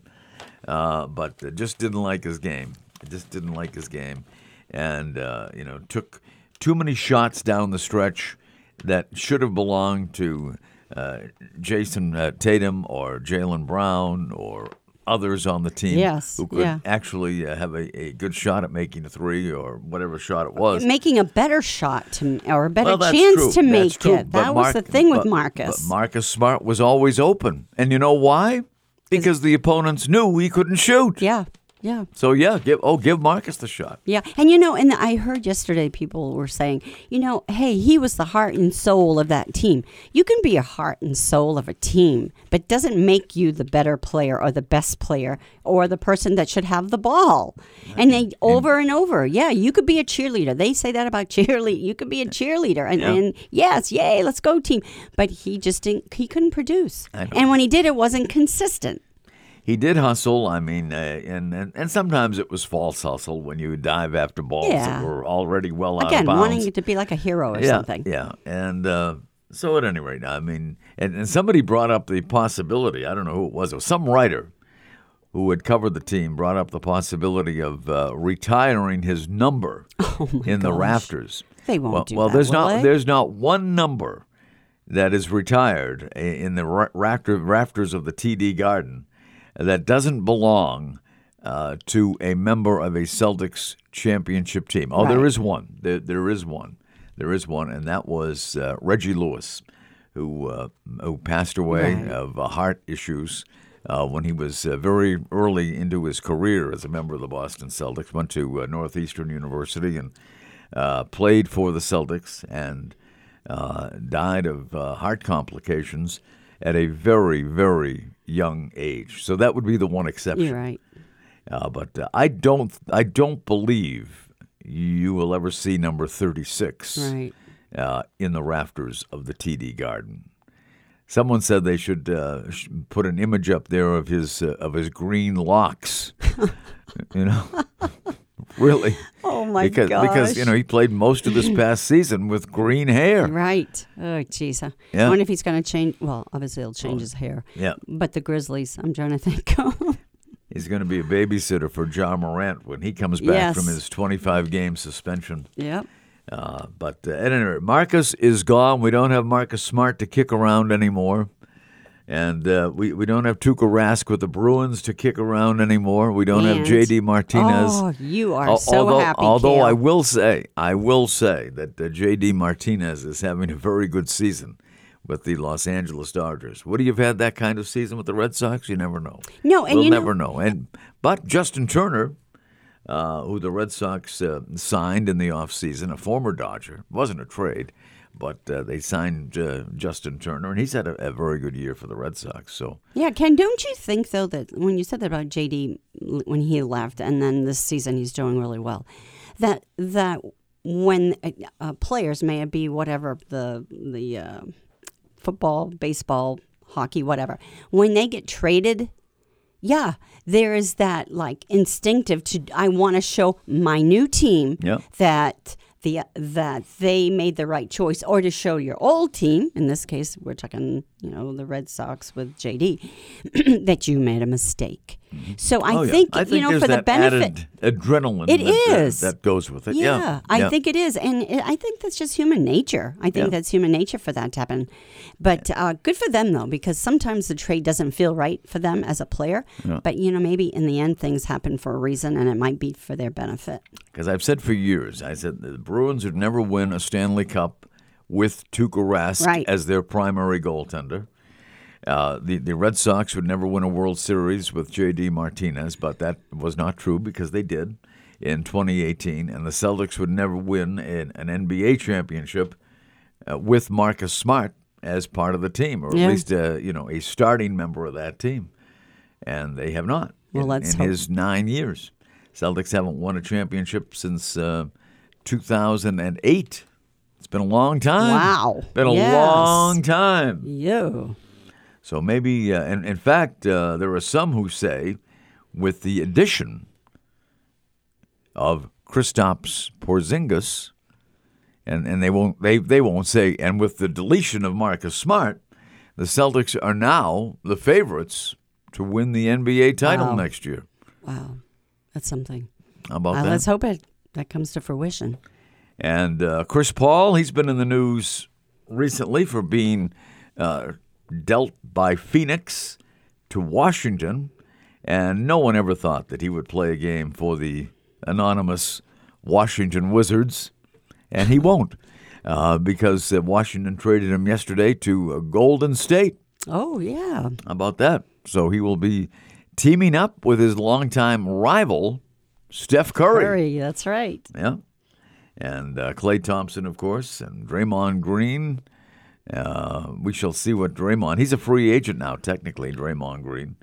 Speaker 1: uh, but uh, just didn't like his game. Just didn't like his game, and uh, you know, took too many shots down the stretch that should have belonged to uh, Jason uh, Tatum or Jalen Brown or others on the team
Speaker 2: Yes,
Speaker 1: who could
Speaker 2: yeah.
Speaker 1: actually uh, have a, a good shot at making a three or whatever shot it was.
Speaker 2: making a better shot to or a better
Speaker 1: Well, that's
Speaker 2: chance
Speaker 1: true.
Speaker 2: to
Speaker 1: That's
Speaker 2: make
Speaker 1: true.
Speaker 2: it.
Speaker 1: But
Speaker 2: That was
Speaker 1: Mark-
Speaker 2: the thing with
Speaker 1: but-
Speaker 2: Marcus.
Speaker 1: But Marcus Smart was always open. And you know why? Because the opponents knew he couldn't shoot.
Speaker 2: yeah. Yeah.
Speaker 1: So yeah, give oh give Marcus the shot.
Speaker 2: Yeah, and you know, and I heard yesterday people were saying, you know, hey, he was the heart and soul of that team. You can be a heart and soul of a team, but doesn't make you the better player or the best player or the person that should have the ball. And they over and over, yeah, you could be a cheerleader. They say that about cheerlead. You could be a cheerleader, and, and yes, yay, let's go team. But he just didn't. He couldn't produce, and when he did, it wasn't consistent.
Speaker 1: He did hustle. I mean, uh, and, and and sometimes it was false hustle when you would dive after balls
Speaker 2: Yeah.
Speaker 1: that were already well out
Speaker 2: Again,
Speaker 1: of bounds.
Speaker 2: wanting to be like a hero or
Speaker 1: yeah,
Speaker 2: something.
Speaker 1: Yeah, and uh, so at any rate, I mean, and, and somebody brought up the possibility. I don't know who it was. It was some writer who had covered the team brought up the possibility of uh, retiring his number in the rafters.
Speaker 2: Oh They won't
Speaker 1: well,
Speaker 2: do
Speaker 1: well,
Speaker 2: that,
Speaker 1: there's
Speaker 2: will
Speaker 1: not
Speaker 2: they?
Speaker 1: there's not one number that is retired i- in the ra- rafter, rafters of the TD Garden that doesn't belong uh, to a member of a Celtics championship team. Oh, there
Speaker 2: Right.
Speaker 1: is one. There, there is one. There is one, and that was uh, Reggie Lewis, who uh, who passed away of uh, heart issues. Uh, when he was uh, very early into his career as a member of the Boston Celtics, went to uh, Northeastern University and uh, played for the Celtics and uh, died of uh, heart complications at a very, very young age. So that would be the one exception.
Speaker 2: You're right.
Speaker 1: Uh, but uh, I don't, I don't believe you will ever see number thirty-six
Speaker 2: Right.
Speaker 1: uh, in the rafters of the TD Garden. Someone said they should uh, sh- put an image up there of his uh, of his green locks. you know, really.
Speaker 2: Oh my
Speaker 1: because because you know he played most of this past season with green hair.
Speaker 2: Right. Oh, jeez. I
Speaker 1: Yeah. Oh.
Speaker 2: wonder if he's going to change. Well, obviously, he'll change his hair.
Speaker 1: Yeah,
Speaker 2: But the Grizzlies, I'm trying to think.
Speaker 1: he's going to be a babysitter for John Morant when he comes back
Speaker 2: Yes.
Speaker 1: from his 25 game suspension.
Speaker 2: yep.
Speaker 1: Uh, but uh, at any rate, Marcus is gone. We don't have Marcus Smart to kick around anymore. And uh, we, we don't have Tuka Rask with the Bruins to kick around anymore. We don't have
Speaker 2: And-
Speaker 1: J.D. Martinez.
Speaker 2: Oh, you are
Speaker 1: Al-
Speaker 2: so
Speaker 1: although,
Speaker 2: happy.
Speaker 1: Although I
Speaker 2: Cale.
Speaker 1: will say, I will say that uh, J.D. Martinez is having a very good season with the Los Angeles Dodgers. Would he have had that kind of season with the Red Sox? You never know.
Speaker 2: No, and
Speaker 1: we'll
Speaker 2: you know-
Speaker 1: never know. And but Justin Turner, uh, who the Red Sox uh, signed in the offseason, a former Dodger, wasn't a trade, but uh, they signed uh, Justin Turner, and he's had a, a very good year for the Red Sox. So.
Speaker 2: Yeah, Ken, don't you think, though, that when you said that about JD l- when he left and then this season he's doing really well, that that when uh, uh, players may it be whatever the, the uh, football, baseball, hockey, whatever, when they get traded, yeah, there is that like instinctive to I want to show my new team
Speaker 1: Yeah.
Speaker 2: that the that they made the right choice, or to show your old team. In this case, we're talking you know the Red Sox with JD that you made a mistake. So I,
Speaker 1: Oh, yeah.
Speaker 2: think,
Speaker 1: I
Speaker 2: you know
Speaker 1: there's
Speaker 2: for the
Speaker 1: that
Speaker 2: benefit.
Speaker 1: added adrenaline
Speaker 2: It
Speaker 1: that, that-
Speaker 2: is.
Speaker 1: that, goes with it.
Speaker 2: Yeah,
Speaker 1: Yeah,
Speaker 2: I
Speaker 1: Yeah.
Speaker 2: think it is, and it, I think that's just human nature. I think
Speaker 1: Yeah.
Speaker 2: that's human nature for that to happen. But uh, good for them though, because sometimes the trade doesn't feel right for them as a player. But you know, maybe in the end, things happen for a reason, and it might be for their benefit.
Speaker 1: Because I've said for years, I said the Bruins would never win a Stanley Cup with Tuukka Rask
Speaker 2: Right.
Speaker 1: as their primary goaltender. Uh, the the Red Sox would never win a World Series with J.D. Martinez, but that was not true because they did in 2018, and the Celtics would never win an, an NBA championship uh, with Marcus Smart as part of the team, or
Speaker 2: Yeah.
Speaker 1: at least uh, you know a starting member of that team, and they have not.
Speaker 2: Well,
Speaker 1: in,
Speaker 2: let's
Speaker 1: in
Speaker 2: hope-
Speaker 1: his nine years, Celtics haven't won a championship since uh, 2008. It's been a long time.
Speaker 2: Wow.
Speaker 1: been a
Speaker 2: Yes.
Speaker 1: long time.
Speaker 2: You.
Speaker 1: So maybe, uh, and in fact, uh, there are some who say, with the addition of Kristaps Porzingis, and, and they won't they they won't say, and with the deletion of Marcus Smart, the Celtics are now the favorites to win the NBA title
Speaker 2: Wow.
Speaker 1: next year.
Speaker 2: Wow. That's something.
Speaker 1: How about
Speaker 2: Uh,
Speaker 1: that?
Speaker 2: let's hope it that comes to fruition.
Speaker 1: And uh, Chris Paul, he's been in the news recently for being uh, dealt by Phoenix to Washington, and no one ever thought that he would play a game for the anonymous Washington Wizards, and he won't uh, because uh, Washington traded him yesterday to uh, Golden State.
Speaker 2: Oh yeah.
Speaker 1: How about that? So he will be teaming up with his longtime rival, Steph
Speaker 2: Hurry, that's right.
Speaker 1: yeah. And uh, Clay Thompson, of course, and Draymond Green. Uh, we shall see what Draymond. He's a free agent now, technically, Draymond Green,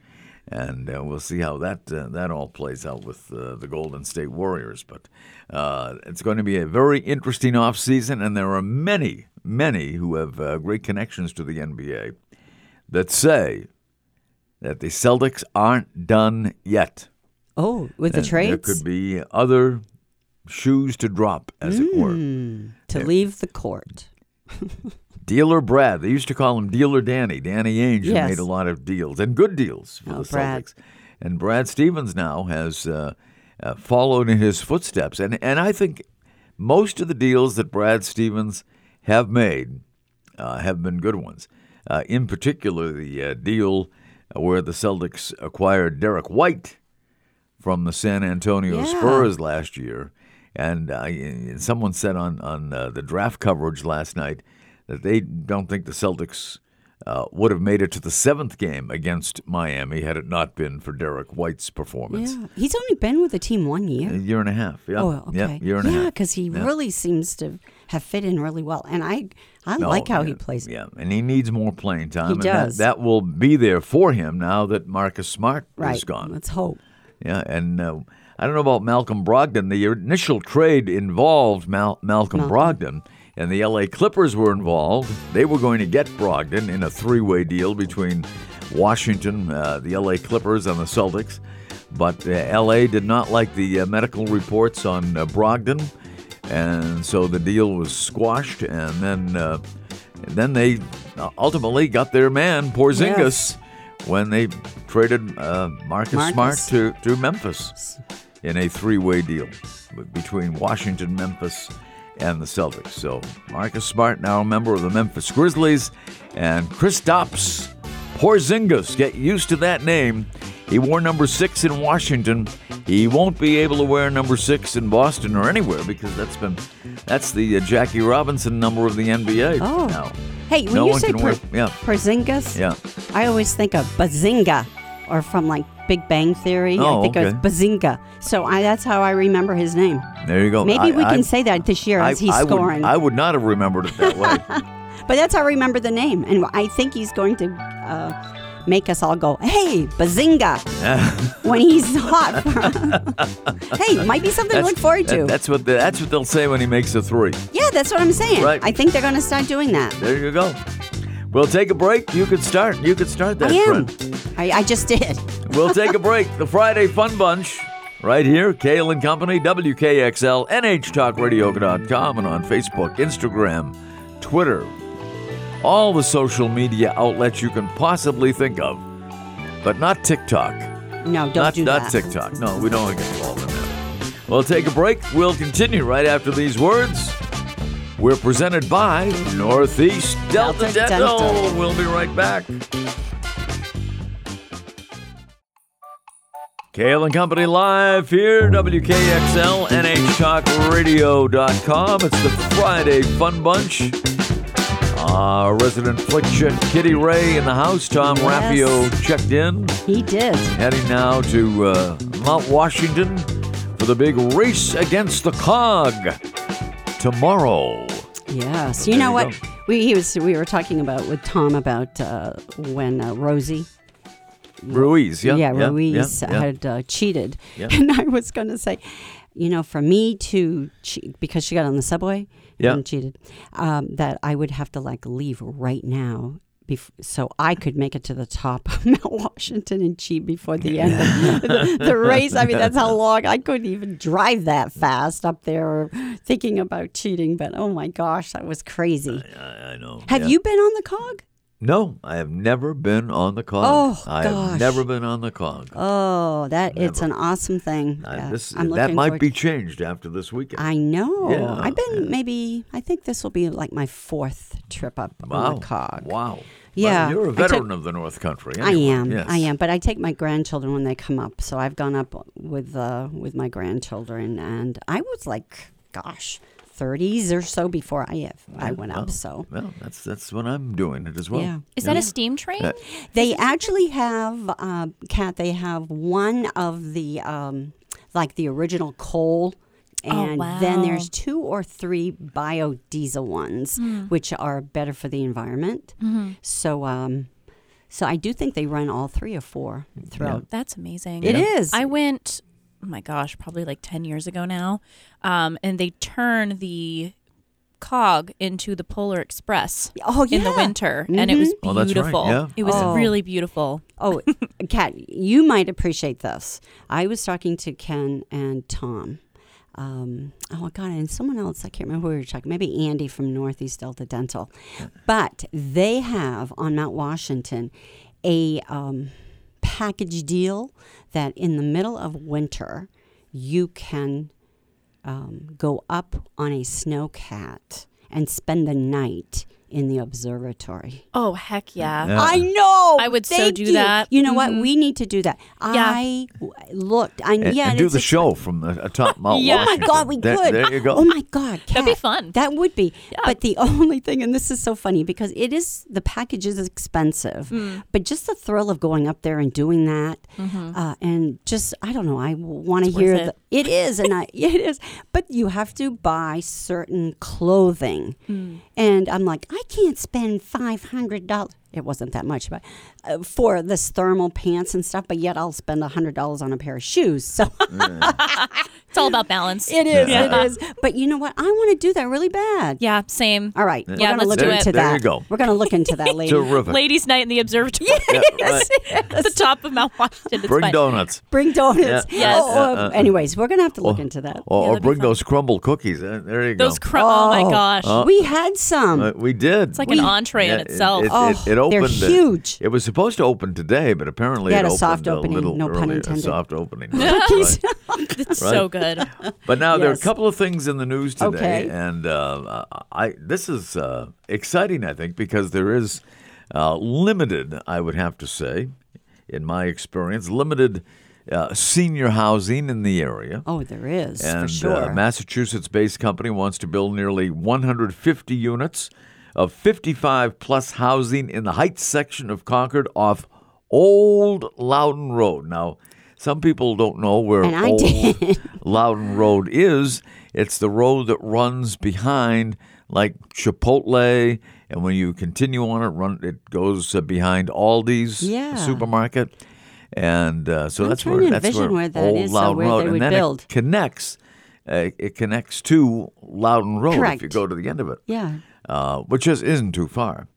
Speaker 1: and uh, we'll see how that uh, that all plays out with uh, the Golden State Warriors. But uh, it's going to be a very interesting offseason, and there are many, many who have uh, great connections to the NBA that say that the Celtics aren't done yet.
Speaker 2: Oh, with the
Speaker 1: And
Speaker 2: trades
Speaker 1: There could be other shoes to drop, as it
Speaker 2: Mm.
Speaker 1: were.
Speaker 2: Hmm, to leave the court.
Speaker 1: Dealer Brad, they used to call him Dealer Danny. Danny Ainge who
Speaker 2: Yes.
Speaker 1: made a lot of deals and good deals for
Speaker 2: Oh,
Speaker 1: the
Speaker 2: Brad.
Speaker 1: Celtics. And Brad Stevens now has uh, uh, followed in his footsteps, and and I think most of the deals that Brad Stevens have made uh, have been good ones. Uh, in particular, the uh, deal where the Celtics acquired Derek White from the San Antonio
Speaker 2: Yeah.
Speaker 1: Spurs last year, and, uh, and someone said on on uh, the draft coverage last night that they don't think the Celtics uh, would have made it to the seventh game against Miami had it not been for Derek White's performance.
Speaker 2: Yeah. He's only been with the team one year.
Speaker 1: A year and a half. Yeah.
Speaker 2: Oh, okay.
Speaker 1: Yeah, year and a
Speaker 2: yeah,
Speaker 1: half.
Speaker 2: because he
Speaker 1: Yeah.
Speaker 2: really seems to have fit in really well, and I, I
Speaker 1: No,
Speaker 2: like how he
Speaker 1: yeah,
Speaker 2: plays.
Speaker 1: Yeah, and he needs more playing time. and that-
Speaker 2: does.
Speaker 1: That, will be there for him now that Marcus Smart
Speaker 2: Right.
Speaker 1: is gone.
Speaker 2: Let's hope.
Speaker 1: Yeah, and uh, I don't know about Malcolm Brogdon. The initial trade involved Mal- Malcolm, Brogdon, and the LA Clippers were involved. They were going to get Brogdon in a three way deal between Washington, uh, the LA Clippers, and the Celtics. But uh, LA did not like the uh, medical reports on uh, Brogdon, and so the deal was squashed. And then, uh, then they uh, ultimately got their man Porzingis
Speaker 2: Yes.
Speaker 1: when they traded uh, Marcus, Smart
Speaker 2: Marcus.
Speaker 1: to to, to Memphis in a three way deal b- between Washington, Memphis, and the Celtics. So Marcus Smart, now a member of the Memphis Grizzlies, and Chris Dops Porzingis. Get used to that name. He wore number six in Washington. He won't be able to wear number six in Boston or anywhere because that's been that's the uh, Jackie Robinson number of the NBA
Speaker 2: Oh.
Speaker 1: now.
Speaker 2: Hey, when
Speaker 1: No
Speaker 2: you
Speaker 1: one
Speaker 2: say
Speaker 1: can wear-
Speaker 2: per,
Speaker 1: yeah.
Speaker 2: Perzingas,
Speaker 1: Yeah.
Speaker 2: I always think of Bazinga, or from like Big Bang Theory.
Speaker 1: Oh,
Speaker 2: I think it
Speaker 1: okay.
Speaker 2: was Bazinga. So I, that's how I remember his name.
Speaker 1: There you go.
Speaker 2: Maybe
Speaker 1: I-
Speaker 2: we
Speaker 1: I-
Speaker 2: can say that this year as he's
Speaker 1: I, I would-
Speaker 2: scoring.
Speaker 1: I would not have remembered it that way.
Speaker 2: but that's how I remember the name, and I think he's going to uh, make us all go, "Hey, Bazinga!" when he's hot. hey, might be something to look forward
Speaker 1: that-
Speaker 2: to.
Speaker 1: that's what the, that's what they'll say when he makes a three.
Speaker 2: yeah, that's what I'm saying.
Speaker 1: Right.
Speaker 2: I think they're going to start doing that.
Speaker 1: There you go. We'll take a break. You could start. You could start that,
Speaker 2: I am.
Speaker 1: friend.
Speaker 2: I, I just did.
Speaker 1: We'll take a break. The Friday Fun Bunch, right here, Kale and Company, WKXL, NHTalkRadio.com, and on Facebook, Instagram, Twitter, all the social media outlets you can possibly think of, but not TikTok.
Speaker 2: No, don't
Speaker 1: not,
Speaker 2: do
Speaker 1: not
Speaker 2: that.
Speaker 1: TikTok. No, we don't want to get involved in that. We'll take a break. We'll continue right after these words. We're presented by Northeast Delta,
Speaker 2: Delta
Speaker 1: Dental.
Speaker 2: Dental.
Speaker 1: We'll be right back. Kale and Company live here, WKXL, NHTalkRadio.com. It's the Friday Fun Bunch. Uh, resident Flick Chick Kitty Ray in the house. Tom
Speaker 2: Yes.
Speaker 1: Raffio checked in.
Speaker 2: He did.
Speaker 1: Heading now to uh, Mount Washington for the big race against the cog tomorrow.
Speaker 2: Yes.
Speaker 1: There
Speaker 2: You know
Speaker 1: you
Speaker 2: what?
Speaker 1: go.
Speaker 2: We he was we were talking about with Tom about uh, when uh, Rosie
Speaker 1: Ruiz, yeah.
Speaker 2: Ruiz
Speaker 1: yeah, yeah.
Speaker 2: had uh, cheated,
Speaker 1: Yeah.
Speaker 2: and I was going to say, you know, for me to che- because she got on the subway
Speaker 1: Yeah.
Speaker 2: and cheated, um, that I would have to like leave right now. bef- So I could make it to the top of Mount Washington and cheat before the end of the, the race. I mean, that's how long I couldn't even drive that fast up there, thinking about cheating. But oh my gosh, that was crazy.
Speaker 1: I, I know.
Speaker 2: Have
Speaker 1: Uh, yeah.
Speaker 2: you been on the cog?
Speaker 1: No, I have never been on the cog.
Speaker 2: Oh,
Speaker 1: I
Speaker 2: gosh.
Speaker 1: have never been on the cog.
Speaker 2: Oh, that it's an awesome thing.
Speaker 1: I-
Speaker 2: Yeah,
Speaker 1: Uh, this-
Speaker 2: I'm
Speaker 1: that
Speaker 2: looking
Speaker 1: might
Speaker 2: forward-
Speaker 1: be changed after this weekend.
Speaker 2: I know.
Speaker 1: Yeah,
Speaker 2: I've been maybe. I think this will be like my fourth trip up
Speaker 1: wow.
Speaker 2: on the cog.
Speaker 1: Wow. Well,
Speaker 2: Yeah,
Speaker 1: you're
Speaker 2: I
Speaker 1: a
Speaker 2: took-
Speaker 1: veteran of the North Country.
Speaker 2: I
Speaker 1: anyway.
Speaker 2: am.
Speaker 1: Yes.
Speaker 2: I am. But I take my grandchildren when they come up. So I've gone up with uh, with my grandchildren, and I was like, gosh, thirties or so before I have, I went up. So
Speaker 1: Well, that's that's what I'm doing it as well.
Speaker 2: Yeah.
Speaker 4: Is that a steam train?
Speaker 2: They actually have, uh, Kat, they have one of the, um, like the original coal. And then
Speaker 4: wow.
Speaker 2: there's two or three biodiesel ones, which are better for the environment. So, um, so I do think they run all three or four throughout.
Speaker 4: That's amazing.
Speaker 2: It Yeah. is.
Speaker 4: I went, oh my gosh, probably like 10 years ago now. Um, and they turn the cog into the Polar Express
Speaker 2: Oh, yeah.
Speaker 4: in the winter. And it was
Speaker 1: Oh, that's right,
Speaker 4: beautiful.
Speaker 1: yeah.
Speaker 4: It was
Speaker 2: Oh.
Speaker 4: really beautiful.
Speaker 2: Oh, Kat, you might appreciate this. I was talking to Ken and Tom. Um, oh God, and someone else. I can't remember who we were talking. Maybe Andy from Northeast Delta Dental. But they have on Mount Washington a um, package deal that in the middle of winter you can um, go up on a snowcat and spend the night in the observatory.
Speaker 4: Oh, heck yeah.
Speaker 1: Yeah.
Speaker 2: I know.
Speaker 4: I would so
Speaker 2: Thank
Speaker 4: do
Speaker 2: you.
Speaker 4: that. Mm-hmm.
Speaker 2: You know what? We need to do that. I w- looked. I
Speaker 1: And,
Speaker 2: yeah.
Speaker 1: and do
Speaker 2: it's
Speaker 1: the
Speaker 2: ex-
Speaker 1: show from the atop Mount
Speaker 4: Yeah.
Speaker 2: Oh my God, we
Speaker 1: There-
Speaker 2: could.
Speaker 1: There you go.
Speaker 2: Oh my God,
Speaker 4: That'd be
Speaker 2: Kat,
Speaker 4: fun.
Speaker 2: That would be. But the only thing, and this is so funny because it is the package is expensive,
Speaker 4: Hmm.
Speaker 2: but just the thrill of going up there and doing that, uh, and just I don't know. I want to hear
Speaker 4: Mm-hmm. worth
Speaker 2: the, it is, and I it is. But you have to buy certain clothing,
Speaker 4: Hmm.
Speaker 2: and I'm like, I can't spend five hundred dollars. It wasn't that much, but uh, for this thermal pants and stuff. But yet I'll spend hundred dollars on a pair of shoes. So.
Speaker 4: It's all about balance.
Speaker 2: It is. It is. But you know what? I want to do that really bad.
Speaker 4: yeah, same.
Speaker 2: All right.
Speaker 4: Yeah,
Speaker 2: We're going to
Speaker 4: let's
Speaker 2: look
Speaker 4: do it.
Speaker 2: into
Speaker 1: There
Speaker 2: that.
Speaker 1: you go.
Speaker 2: We're going to look into that later.
Speaker 1: Terrific.
Speaker 4: Ladies' night in the observatory
Speaker 1: Yeah, right.
Speaker 4: at the top of Mount Washington. It's
Speaker 1: Bring
Speaker 4: fun.
Speaker 1: donuts.
Speaker 2: Bring donuts.
Speaker 1: Yeah. Uh,
Speaker 4: Yes.
Speaker 2: Oh, um, anyways, we're going to have to
Speaker 1: Oh.
Speaker 2: look into that.
Speaker 1: Or,
Speaker 4: Yeah,
Speaker 1: or
Speaker 4: that'd be
Speaker 1: bring
Speaker 4: fun.
Speaker 1: those crumble cookies. Uh, there you go.
Speaker 4: Those cr- oh. my gosh.
Speaker 2: We had some.
Speaker 1: Uh, we did. It's
Speaker 4: like an entree in itself.
Speaker 1: It, it,
Speaker 2: Oh,
Speaker 1: it
Speaker 2: they're
Speaker 1: opened. uh,
Speaker 2: huge.
Speaker 1: It was supposed to open today, but apparently
Speaker 2: They
Speaker 1: it
Speaker 2: had a
Speaker 1: opened
Speaker 2: soft
Speaker 1: a
Speaker 2: opening,
Speaker 1: little
Speaker 2: no pun
Speaker 1: earlier, a
Speaker 2: intended.
Speaker 1: soft opening. right,
Speaker 2: Cookies.
Speaker 1: right.
Speaker 4: It's so good.
Speaker 1: But now there are a
Speaker 2: Yes.
Speaker 1: couple of things in the news today,
Speaker 2: Okay.
Speaker 1: and uh, I this is uh, exciting, I think, because there is uh, limited, I would have to say, in my experience, limited uh, senior housing in the area.
Speaker 2: Oh, there is,
Speaker 1: and uh,
Speaker 2: for sure.
Speaker 1: a Massachusetts-based company wants to build nearly 150 units of 55 plus housing in the Heights section of Concord off Old Loudon Road. Now, some people don't know where
Speaker 2: And I
Speaker 1: Old
Speaker 2: did.
Speaker 1: Loudon Road is. It's the road that runs behind like Chipotle, and when you continue on it, run it goes uh, behind Aldi's
Speaker 2: Yeah.
Speaker 1: supermarket. And uh, so
Speaker 2: I'm
Speaker 1: that's
Speaker 2: trying
Speaker 1: where
Speaker 2: to
Speaker 1: that's where,
Speaker 2: envision where that
Speaker 1: Old
Speaker 2: is, so
Speaker 1: Loudon
Speaker 2: where
Speaker 1: Road,
Speaker 2: they
Speaker 1: and
Speaker 2: would
Speaker 1: then it
Speaker 2: build.
Speaker 1: connects. Uh, it connects to Loudon Road if
Speaker 2: Correct.
Speaker 1: you go to the end of it,
Speaker 2: yeah.
Speaker 1: uh, which just isn't too far.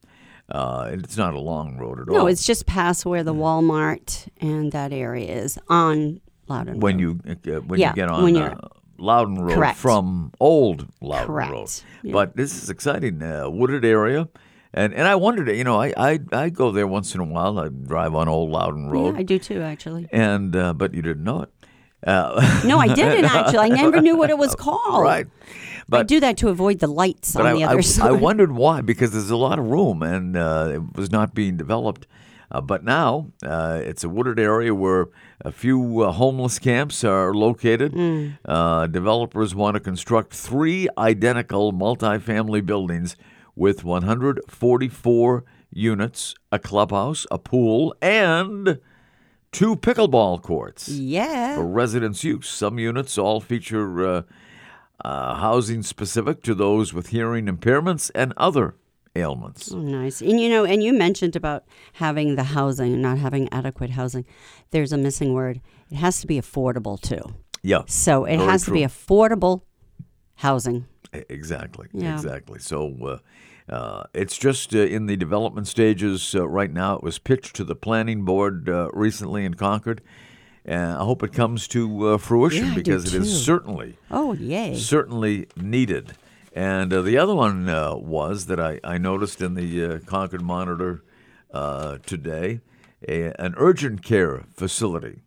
Speaker 1: Uh, and it's not a long road at all.
Speaker 2: No, it's just past where the Walmart and that area is on Loudon.
Speaker 1: when
Speaker 2: Road.
Speaker 1: you uh, when
Speaker 2: Yeah,
Speaker 1: you get on
Speaker 2: when
Speaker 1: uh,
Speaker 2: you're-
Speaker 1: Loudon Road
Speaker 2: Correct.
Speaker 1: from Old Loudon
Speaker 2: Correct.
Speaker 1: Road.
Speaker 2: Yeah.
Speaker 1: But this is exciting, uh, wooded area, and and I wondered, you know, I, I I go there once in a while. I drive on Old Loudon Road,
Speaker 2: Yeah, I do too, actually.
Speaker 1: and uh, but you didn't know it. Uh,
Speaker 2: No, I didn't actually. I never knew what it was called.
Speaker 1: right,
Speaker 2: I
Speaker 1: but
Speaker 2: do that to avoid the lights on
Speaker 1: I,
Speaker 2: the
Speaker 1: I-
Speaker 2: other
Speaker 1: I
Speaker 2: side.
Speaker 1: wondered why, because there's a lot of room and uh, it was not being developed. Uh, but now uh, it's a wooded area where a few uh, homeless camps are located.
Speaker 2: Hmm.
Speaker 1: Uh, developers want to construct three identical multifamily buildings with 144 units, a clubhouse, a pool, and two pickleball courts
Speaker 2: yeah.
Speaker 1: for residents' use. Some units all feature uh, uh, housing specific to those with hearing impairments and other ailments.
Speaker 2: Oh, nice. And you know, and you mentioned about having the housing and not having adequate housing. There's a missing word. It has to be affordable too.
Speaker 1: Yeah.
Speaker 2: So it
Speaker 1: Very
Speaker 2: has
Speaker 1: true.
Speaker 2: to be affordable housing.
Speaker 1: E- Exactly.
Speaker 2: Yeah.
Speaker 1: Exactly. So uh, uh, it's just uh, in the development stages uh, right now. It was pitched to the planning board uh, recently in Concord. And I hope it comes to uh, fruition
Speaker 2: Yeah, I do
Speaker 1: because it
Speaker 2: too.
Speaker 1: is certainly
Speaker 2: Oh, yay.
Speaker 1: certainly needed. And uh, the other one uh, was that I, I noticed in the uh, Concord Monitor uh, today a, an urgent care facility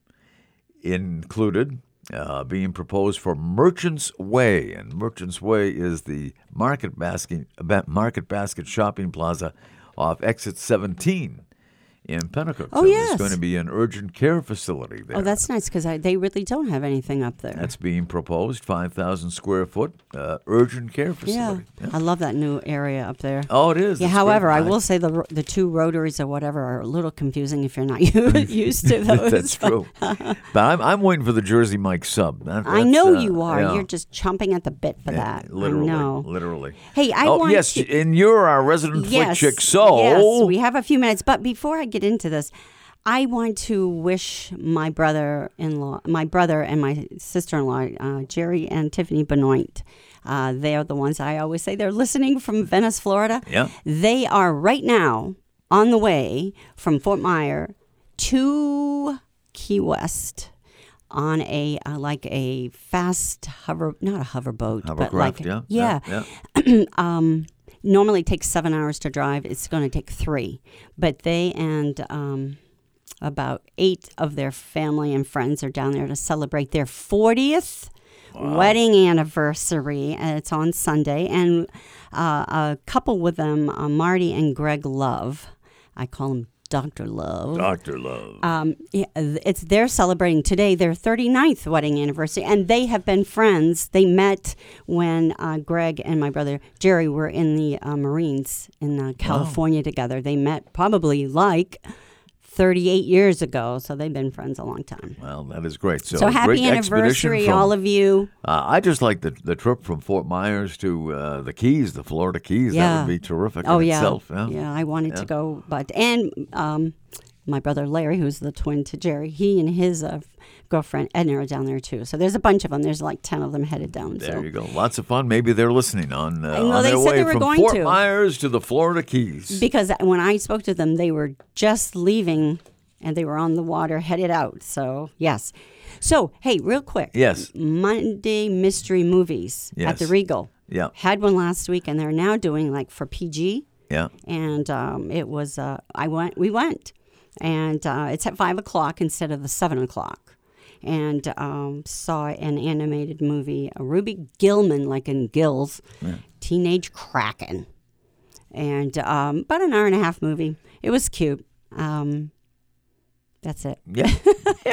Speaker 1: included uh, being proposed for Merchants Way. And Merchants Way is the market basket, ba- market basket shopping plaza off exit 17 in Pennacook.
Speaker 2: Oh,
Speaker 1: so
Speaker 2: yes.
Speaker 1: There's going to be an urgent care facility there.
Speaker 2: Oh, that's nice because they really don't have anything up there.
Speaker 1: That's being proposed, 5,000 square foot uh, urgent care
Speaker 2: yeah.
Speaker 1: facility.
Speaker 2: I love that new area up there.
Speaker 1: Oh, it is.
Speaker 2: Yeah,
Speaker 1: It's
Speaker 2: however,
Speaker 1: great.
Speaker 2: I will say the ro- the two rotaries or whatever are a little confusing if you're not used to those.
Speaker 1: That's true. but I'm, I'm waiting for the Jersey Mike sub. That-
Speaker 2: I
Speaker 1: that's,
Speaker 2: know
Speaker 1: uh,
Speaker 2: you are.
Speaker 1: yeah.
Speaker 2: You're just chomping at the bit for that.
Speaker 1: Literally.
Speaker 2: I know.
Speaker 1: Literally.
Speaker 2: Hey, I
Speaker 1: oh,
Speaker 2: want
Speaker 1: yes,
Speaker 2: to-
Speaker 1: and you're our resident
Speaker 2: yes,
Speaker 1: flick chick. So,
Speaker 2: yes, we have a few minutes, but before I get into this, I want to wish my brother-in-law, my brother and my sister-in-law, uh, Jerry and Tiffany Benoit. Uh, they are the ones I always say they're listening from Venice, Florida.
Speaker 1: Yeah.
Speaker 2: They are right now on the way from Fort Myer to Key West on a uh, like a fast hover not a hover boat but
Speaker 1: hovercraft,
Speaker 2: like
Speaker 1: yeah,
Speaker 2: yeah,
Speaker 1: yeah,
Speaker 2: um, normally takes seven hours to drive. It's going to take three, but they and um, about eight of their family and friends are down there to celebrate their 40th wedding anniversary. And it's on Sunday, and uh, a couple with them, uh, Marty and Greg Love. I call him Doctor Love.
Speaker 1: Dr. Love.
Speaker 2: Um, yeah, th- it's they're celebrating today their 39th wedding anniversary, and they have been friends. They met when uh, Greg and my brother Jerry were in the uh, Marines in uh, California together. They met probably like 38 years ago, so they've been friends a long time.
Speaker 1: well, that is great. So,
Speaker 2: So
Speaker 1: a great
Speaker 2: happy
Speaker 1: expedition
Speaker 2: anniversary,
Speaker 1: from-
Speaker 2: all of you!
Speaker 1: Uh, I just like the the trip from Fort Myers to uh, the Keys, the Florida Keys. That
Speaker 2: Yeah.
Speaker 1: would be terrific
Speaker 2: Oh
Speaker 1: in
Speaker 2: yeah,
Speaker 1: itself. Yeah.
Speaker 2: I wanted
Speaker 1: Yeah.
Speaker 2: to go, but and um, my brother Larry, who's the twin to Jerry, he and his uh, girlfriend Edna are down there too. So there's a bunch of them. There's like ten of them headed down.
Speaker 1: There
Speaker 2: so.
Speaker 1: you go. Lots of fun. Maybe they're listening on, uh,
Speaker 2: I know
Speaker 1: on
Speaker 2: they
Speaker 1: their
Speaker 2: said
Speaker 1: way
Speaker 2: they were
Speaker 1: from
Speaker 2: going
Speaker 1: Fort
Speaker 2: to.
Speaker 1: Myers to the Florida Keys.
Speaker 2: because when I spoke to them, they were just leaving and they were on the water headed out. So, yes. So, hey, real quick.
Speaker 1: Yes.
Speaker 2: Monday Mystery Movies at the
Speaker 1: Yes.
Speaker 2: Regal.
Speaker 1: Yeah.
Speaker 2: Had one last week and they're now doing like for PG.
Speaker 1: yeah.
Speaker 2: And um, it was, uh, I went, we went. And uh, it's at five o'clock instead of the seven o'clock. And um, saw an animated movie, a Ruby Gilman, like in Gills, Teenage Kraken and um, about an hour and a half movie. It was cute. Um, that's it.
Speaker 1: Yeah.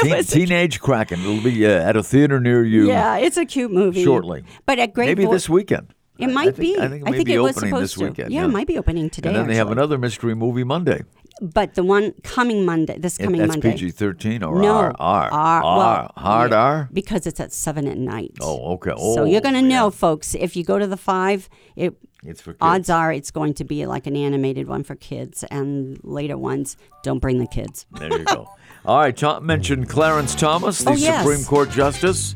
Speaker 1: Teen, teenage Kraken. It'll be uh, at a theater near you
Speaker 2: Yeah, it's a cute movie.
Speaker 1: shortly.
Speaker 2: but a great
Speaker 1: Maybe
Speaker 2: vo-
Speaker 1: this weekend.
Speaker 2: It
Speaker 1: I- I
Speaker 2: might
Speaker 1: think-
Speaker 2: be.
Speaker 1: I think it may be
Speaker 2: was
Speaker 1: opening
Speaker 2: supposed
Speaker 1: this
Speaker 2: to.
Speaker 1: weekend.
Speaker 2: Yeah,
Speaker 1: yeah.
Speaker 2: it might be opening today.
Speaker 1: And then they have
Speaker 2: actually.
Speaker 1: another mystery movie Monday.
Speaker 2: But the one coming Monday, this
Speaker 1: It-
Speaker 2: coming
Speaker 1: that's
Speaker 2: Monday.
Speaker 1: PG 13 or
Speaker 2: no,
Speaker 1: R. R.
Speaker 2: R, well,
Speaker 1: R. Hard
Speaker 2: yeah,
Speaker 1: R?
Speaker 2: Because it's at seven at night.
Speaker 1: Oh, okay.
Speaker 2: so you're
Speaker 1: Oh,
Speaker 2: going to
Speaker 1: yeah.
Speaker 2: know, folks. If you go to the five, it
Speaker 1: It's for kids.
Speaker 2: odds are it's going to be like an animated one for kids, and later ones don't bring the kids.
Speaker 1: There you go. All right, Tom mentioned Clarence Thomas, the
Speaker 2: Oh, yes.
Speaker 1: Supreme Court Justice.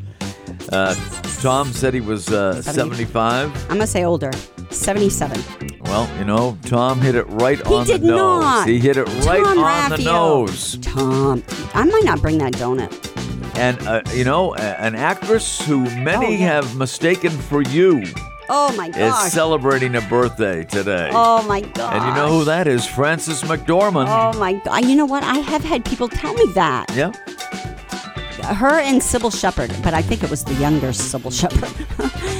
Speaker 1: Uh, Tom said he was uh, 75.
Speaker 2: I'm gonna say older, 77.
Speaker 1: Well, you know, Tom hit it right
Speaker 2: He
Speaker 1: on
Speaker 2: did
Speaker 1: the nose.
Speaker 2: not.
Speaker 1: He hit it right
Speaker 2: Tom
Speaker 1: on the
Speaker 2: Raffio.
Speaker 1: nose.
Speaker 2: Tom, I might not bring that donut.
Speaker 1: And, uh, you know, a- an actress who many
Speaker 2: Oh, yeah.
Speaker 1: have mistaken for you
Speaker 2: Oh my
Speaker 1: is
Speaker 2: gosh.
Speaker 1: celebrating a birthday today.
Speaker 2: oh my gosh.
Speaker 1: and you know who that is? Frances McDormand.
Speaker 2: Oh my god. You know what? I have had people tell me that.
Speaker 1: Yeah.
Speaker 2: Her and Sybil Shepherd, but I think it was the younger Sybil Shepherd.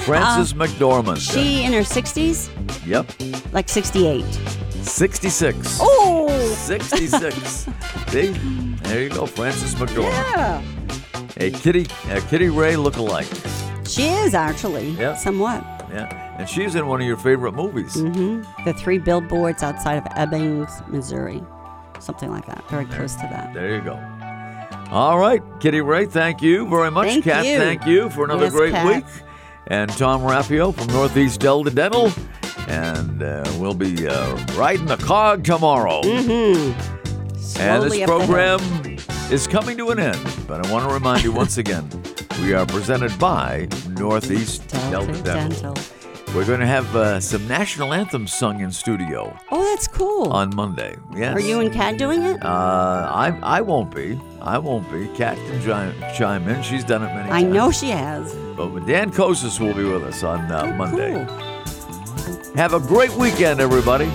Speaker 1: Frances McDormand.
Speaker 2: Um, she in her 60s,
Speaker 1: Yep.
Speaker 2: like 68.
Speaker 1: 66.
Speaker 2: Oh.
Speaker 1: 66. See? There you go, Francis McDormand.
Speaker 2: Yeah.
Speaker 1: A Kitty a Kitty Ray lookalike.
Speaker 2: She is actually
Speaker 1: Yeah.
Speaker 2: somewhat.
Speaker 1: Yeah. And she's in one of your favorite movies.
Speaker 2: Mm-hmm. The three billboards outside of Ebbing, Missouri. Something like that. Very close to that.
Speaker 1: There you go. All right, Kitty Ray, thank you very much.
Speaker 2: Thank
Speaker 1: Kat,
Speaker 2: you.
Speaker 1: thank you for another
Speaker 2: Yes,
Speaker 1: great
Speaker 2: Kat.
Speaker 1: week. And Tom Raffio from Northeast Delta Dental. And uh, we'll be uh, riding the cog tomorrow. And
Speaker 2: Mm-hmm. Slowly
Speaker 1: this
Speaker 2: up the hill.
Speaker 1: program is coming to an end. But I want to remind you once again, we are presented by Northeast Delta,
Speaker 2: Delta
Speaker 1: Dental.
Speaker 2: Dental.
Speaker 1: We're going to have uh, some national anthems sung in studio
Speaker 2: Oh, that's cool.
Speaker 1: on Monday. Yes.
Speaker 2: Are you and Kat doing it?
Speaker 1: Uh, I I won't be. I won't be. Kat can chime, chime in. She's done it many
Speaker 2: I
Speaker 1: times.
Speaker 2: know she has.
Speaker 1: But Dan Kosis will be with us on uh,
Speaker 2: Oh,
Speaker 1: Monday.
Speaker 2: cool.
Speaker 1: Have a great weekend, everybody.